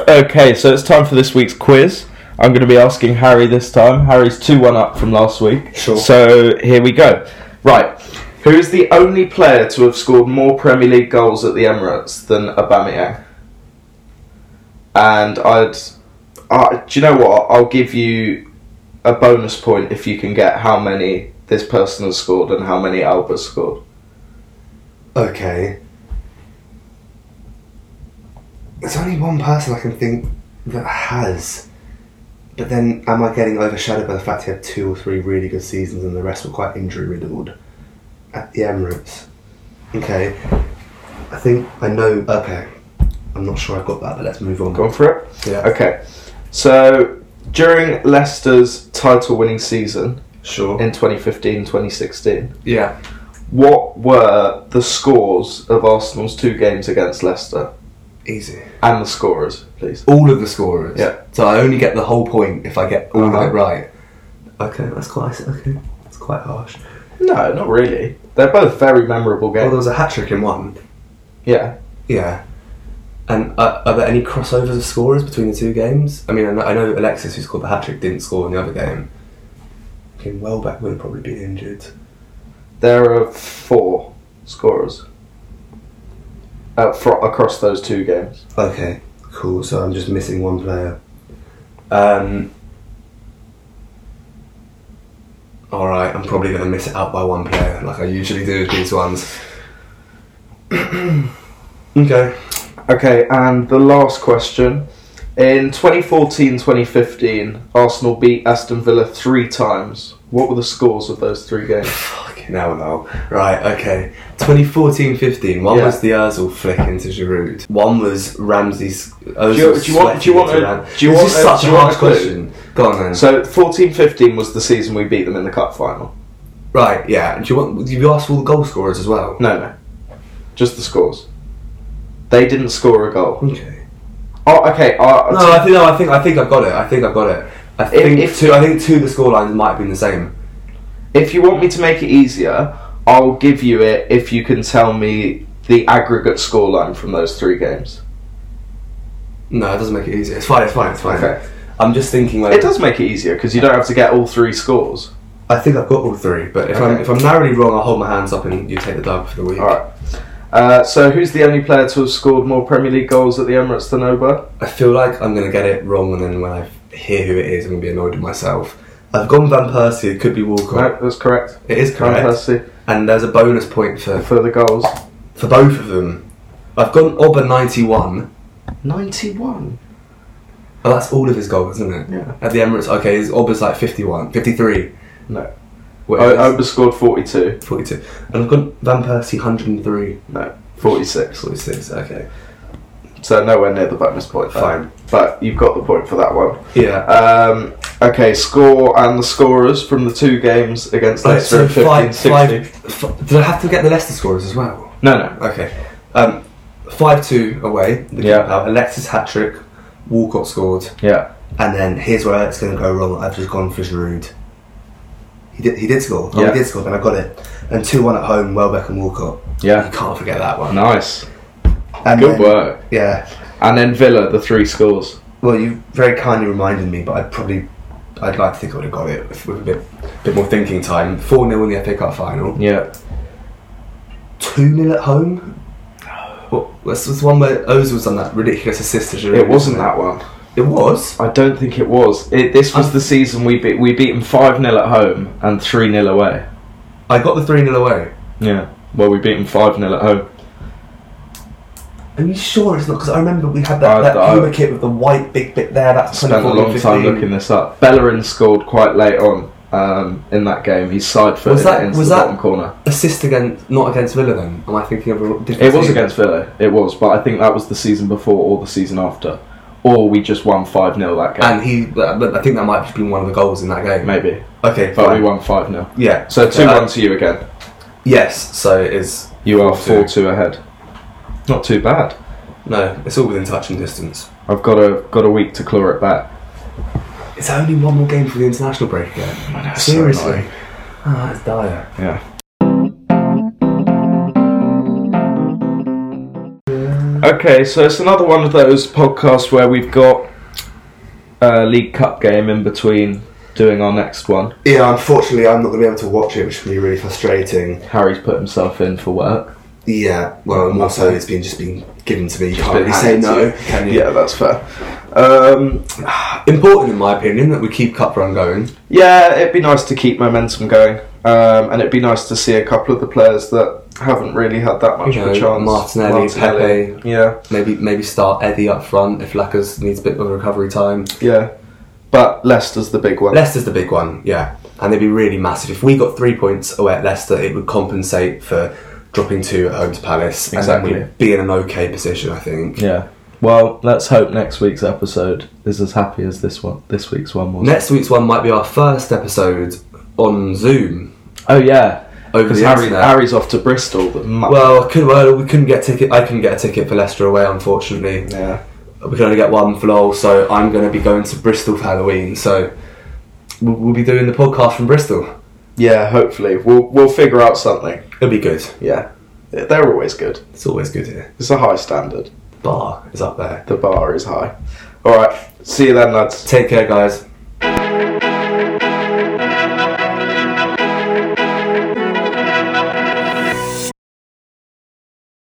[SPEAKER 1] Okay, so it's time for this week's quiz. I'm going to be asking Harry this time. Harry's 2 1 up from last week.
[SPEAKER 2] Sure.
[SPEAKER 1] So here we go. Right. Who is the only player to have scored more Premier League goals at the Emirates than Aubameyang? And I'd. Uh, do you know what? I'll give you a bonus point if you can get how many this person has scored and how many Alba scored.
[SPEAKER 2] Okay. There's only one person I can think that has. But then, am I getting overshadowed by the fact he had two or three really good seasons and the rest were quite injury riddled at the Emirates? Okay. I think I know. Okay. I'm not sure I've got that, but let's move on.
[SPEAKER 1] Gone for it?
[SPEAKER 2] Yeah.
[SPEAKER 1] Okay. So during Leicester's title winning season
[SPEAKER 2] Sure.
[SPEAKER 1] in 2015 2016,
[SPEAKER 2] yeah.
[SPEAKER 1] what were the scores of Arsenal's two games against Leicester?
[SPEAKER 2] Easy.
[SPEAKER 1] And the scorers, please.
[SPEAKER 2] All of the scorers.
[SPEAKER 1] Yeah.
[SPEAKER 2] So I only get the whole point if I get all
[SPEAKER 1] Uh-huh.
[SPEAKER 2] of it right. Okay, that's quite. Okay, that's quite harsh.
[SPEAKER 1] No, not really. They're both very memorable
[SPEAKER 2] Well, there
[SPEAKER 1] games.
[SPEAKER 2] was a hat trick in one.
[SPEAKER 1] Yeah.
[SPEAKER 2] Yeah. And uh, are there any crossovers of scorers between the two games? I mean, I know, I know Alexis, who scored the hat trick, didn't score in the other game. Fucking Welbeck would have probably been injured.
[SPEAKER 1] There are four scorers uh, fro- across those two games.
[SPEAKER 2] Okay, cool. So I'm just missing one player. Um. All right, I'm probably going to miss it out by one player, like I usually do with these ones. okay.
[SPEAKER 1] Okay, and the last question. In 2014 2015, Arsenal beat Aston Villa three times. What were the scores of those three games?
[SPEAKER 2] Fucking hell, no. Right, okay. 2014-15, one
[SPEAKER 1] Yeah.
[SPEAKER 2] was the Ozil flick into Giroud. One was Ramsey's... Ozil
[SPEAKER 1] Do you- do you want- do you want
[SPEAKER 2] sweating
[SPEAKER 1] a-
[SPEAKER 2] into Ram-
[SPEAKER 1] do you
[SPEAKER 2] this
[SPEAKER 1] want
[SPEAKER 2] is
[SPEAKER 1] a-
[SPEAKER 2] such
[SPEAKER 1] do
[SPEAKER 2] a
[SPEAKER 1] you want
[SPEAKER 2] hard
[SPEAKER 1] a clue?
[SPEAKER 2] question. Go on then.
[SPEAKER 1] So 14 15 was the season we beat them in the cup final.
[SPEAKER 2] right, yeah. Do you want... Do you ask all the goal scorers as well?
[SPEAKER 1] No, no. Just the scores. They didn't score a goal.
[SPEAKER 2] Okay.
[SPEAKER 1] Oh, okay. Uh,
[SPEAKER 2] No, I think, no, I think, I think I've got it. I think I've got it. I think
[SPEAKER 1] if-
[SPEAKER 2] two, I think two of the scorelines might have been the same.
[SPEAKER 1] If you want me to make it easier, I'll give you it if you can tell me the aggregate scoreline from those three games.
[SPEAKER 2] No, it doesn't make it easier. It's fine, it's fine, it's fine.
[SPEAKER 1] Okay.
[SPEAKER 2] I'm just thinking like...
[SPEAKER 1] It does make it easier because you don't have to get all three scores.
[SPEAKER 2] I think I've got all three, but if, I'm,
[SPEAKER 1] Okay.
[SPEAKER 2] if I'm narrowly wrong, I'll hold my hands up and you take the dub for the week.
[SPEAKER 1] All right. Uh, so who's the only player to have scored more Premier League goals at the Emirates than Oba?
[SPEAKER 2] I feel like I'm gonna get it wrong, and then when I hear who it is, I'm gonna be annoyed with myself. I've gone Van Persie. It could be Walcott.
[SPEAKER 1] No, that's correct.
[SPEAKER 2] It is
[SPEAKER 1] Van
[SPEAKER 2] correct.
[SPEAKER 1] Persie
[SPEAKER 2] And there's a bonus point for
[SPEAKER 1] for the goals.
[SPEAKER 2] for both of them. I've gone Oba 91.
[SPEAKER 1] Ninety-one.
[SPEAKER 2] Oh, that's all of his goals, isn't it?
[SPEAKER 1] Yeah.
[SPEAKER 2] At the Emirates, okay, his Oba's like 51, 53.
[SPEAKER 1] No. Oh,
[SPEAKER 2] Wait,
[SPEAKER 1] O- Oba scored forty-two.
[SPEAKER 2] 42. And I've gone Van Persie 103,
[SPEAKER 1] No, forty-six.
[SPEAKER 2] 46. Okay,
[SPEAKER 1] So nowhere near the bonus point. there.
[SPEAKER 2] fine.
[SPEAKER 1] But you've got the point for that one.
[SPEAKER 2] Yeah.
[SPEAKER 1] Um, okay, score and the scorers from the two games against
[SPEAKER 2] Right,
[SPEAKER 1] Leicester
[SPEAKER 2] so
[SPEAKER 1] in 15
[SPEAKER 2] five,
[SPEAKER 1] 16.
[SPEAKER 2] five, f- did I have to get the Leicester scorers as well?
[SPEAKER 1] No, no.
[SPEAKER 2] Okay. Um, 5 2 away. The
[SPEAKER 1] Yeah.
[SPEAKER 2] keeper. Alexis hat trick. Walcott scored.
[SPEAKER 1] Yeah.
[SPEAKER 2] And then here's where it's going to go wrong. I've just gone for Giroud. He did, he did score. Oh,
[SPEAKER 1] Yeah.
[SPEAKER 2] He did score, and I got it. And 2 1 at home, Welbeck and Walcott. You
[SPEAKER 1] Yeah.
[SPEAKER 2] can't forget that one.
[SPEAKER 1] Nice.
[SPEAKER 2] And
[SPEAKER 1] Good
[SPEAKER 2] then-
[SPEAKER 1] work.
[SPEAKER 2] Yeah.
[SPEAKER 1] And then Villa, the three scores.
[SPEAKER 2] Well, you very kindly reminded me, but I'd probably. I'd like to think I would have got it with a bit, bit more thinking time. 4 0 in the FA Cup final.
[SPEAKER 1] Yeah.
[SPEAKER 2] 2 0 at home? What, this was the one where Ozil's done that ridiculous assist to Giroud.
[SPEAKER 1] It wasn't
[SPEAKER 2] wasn't
[SPEAKER 1] that one.
[SPEAKER 2] It was?
[SPEAKER 1] I don't think it was. It, this was
[SPEAKER 2] Um,
[SPEAKER 1] the season we beat we beat them five 0 at home and three 0 away.
[SPEAKER 2] I got the 3 0 away.
[SPEAKER 1] Yeah. Well, we beat them five 0 at home.
[SPEAKER 2] Are you sure it's not? Because I remember we had that,
[SPEAKER 1] I-
[SPEAKER 2] that
[SPEAKER 1] I-
[SPEAKER 2] Puma kit with the white big bit there. That's
[SPEAKER 1] Spent a
[SPEAKER 2] 24
[SPEAKER 1] long
[SPEAKER 2] 15.
[SPEAKER 1] time looking this up. Bellerin scored quite late on um, in that game. He side footed
[SPEAKER 2] Was that-
[SPEAKER 1] it into
[SPEAKER 2] was
[SPEAKER 1] the
[SPEAKER 2] that-
[SPEAKER 1] bottom corner.
[SPEAKER 2] Assist against, not against Villa then. Am I thinking of a different
[SPEAKER 1] It was
[SPEAKER 2] team?
[SPEAKER 1] against Villa. It was, but I think that was the season before or the season after, or we just won five 0 that game.
[SPEAKER 2] And he, but- but I think that might have just been one of the goals in that game.
[SPEAKER 1] Maybe,
[SPEAKER 2] Okay,
[SPEAKER 1] but we
[SPEAKER 2] fine.
[SPEAKER 1] won five 0
[SPEAKER 2] Yeah.
[SPEAKER 1] So two
[SPEAKER 2] Uh,
[SPEAKER 1] one to you again.
[SPEAKER 2] Yes. So it is.
[SPEAKER 1] You are
[SPEAKER 2] Four
[SPEAKER 1] four
[SPEAKER 2] two.
[SPEAKER 1] two ahead. Not too bad.
[SPEAKER 2] No, it's all within touching distance.
[SPEAKER 1] I've got a got a week to claw it back.
[SPEAKER 2] It's only one more game for the international break again.
[SPEAKER 1] I know, it's so
[SPEAKER 2] Seriously.
[SPEAKER 1] annoying.
[SPEAKER 2] Ah, that's dire.
[SPEAKER 1] Yeah. Okay, so it's another one of those podcasts where we've got a League Cup game in between doing our next one.
[SPEAKER 2] Yeah, unfortunately, I'm not going to be able to watch it, which can be really frustrating.
[SPEAKER 1] Harry's put himself in for work.
[SPEAKER 2] Yeah, uh, well, and also it's been just been given to me. You can't
[SPEAKER 1] been
[SPEAKER 2] really say
[SPEAKER 1] handed to
[SPEAKER 2] no,
[SPEAKER 1] you,
[SPEAKER 2] can you?
[SPEAKER 1] Yeah, that's fair.
[SPEAKER 2] Um, important in my opinion that we keep Cup Run going.
[SPEAKER 1] Yeah, it'd be nice to keep momentum going, um, and it'd be nice to see a couple of the players that haven't really had that much
[SPEAKER 2] You
[SPEAKER 1] of a
[SPEAKER 2] know,
[SPEAKER 1] chance.
[SPEAKER 2] Martinelli, Pepe.
[SPEAKER 1] Yeah,
[SPEAKER 2] Maybe maybe start Eddie up front if Lackers needs a bit of recovery time.
[SPEAKER 1] yeah. But Leicester's the big one.
[SPEAKER 2] Leicester's the big one, yeah, and they'd be really massive. If we got three points away at Leicester, it would compensate for dropping two at home to Palace,
[SPEAKER 1] Exactly.
[SPEAKER 2] and then we'd be in an okay position, I think.
[SPEAKER 1] yeah. Well, let's hope next week's episode is as happy as this one. This week's one was.
[SPEAKER 2] Next week's one might be our first episode on Zoom.
[SPEAKER 1] oh yeah,
[SPEAKER 2] Over
[SPEAKER 1] because
[SPEAKER 2] the
[SPEAKER 1] Harry,
[SPEAKER 2] internet.
[SPEAKER 1] Harry's off to Bristol. The month.
[SPEAKER 2] Well, I could, well, we couldn't get a ticket. I couldn't get a ticket for Leicester away, unfortunately.
[SPEAKER 1] yeah.
[SPEAKER 2] We can only get one for LOL, so I'm going to be going to Bristol for Halloween. So we'll, we'll be doing the podcast from Bristol.
[SPEAKER 1] Yeah, hopefully we'll we'll figure out something.
[SPEAKER 2] It'll be good.
[SPEAKER 1] Yeah, they're always good.
[SPEAKER 2] It's always good here.
[SPEAKER 1] It's a high standard.
[SPEAKER 2] Bar is up there.
[SPEAKER 1] The bar is high. All right, see you then, lads.
[SPEAKER 2] Take care, guys.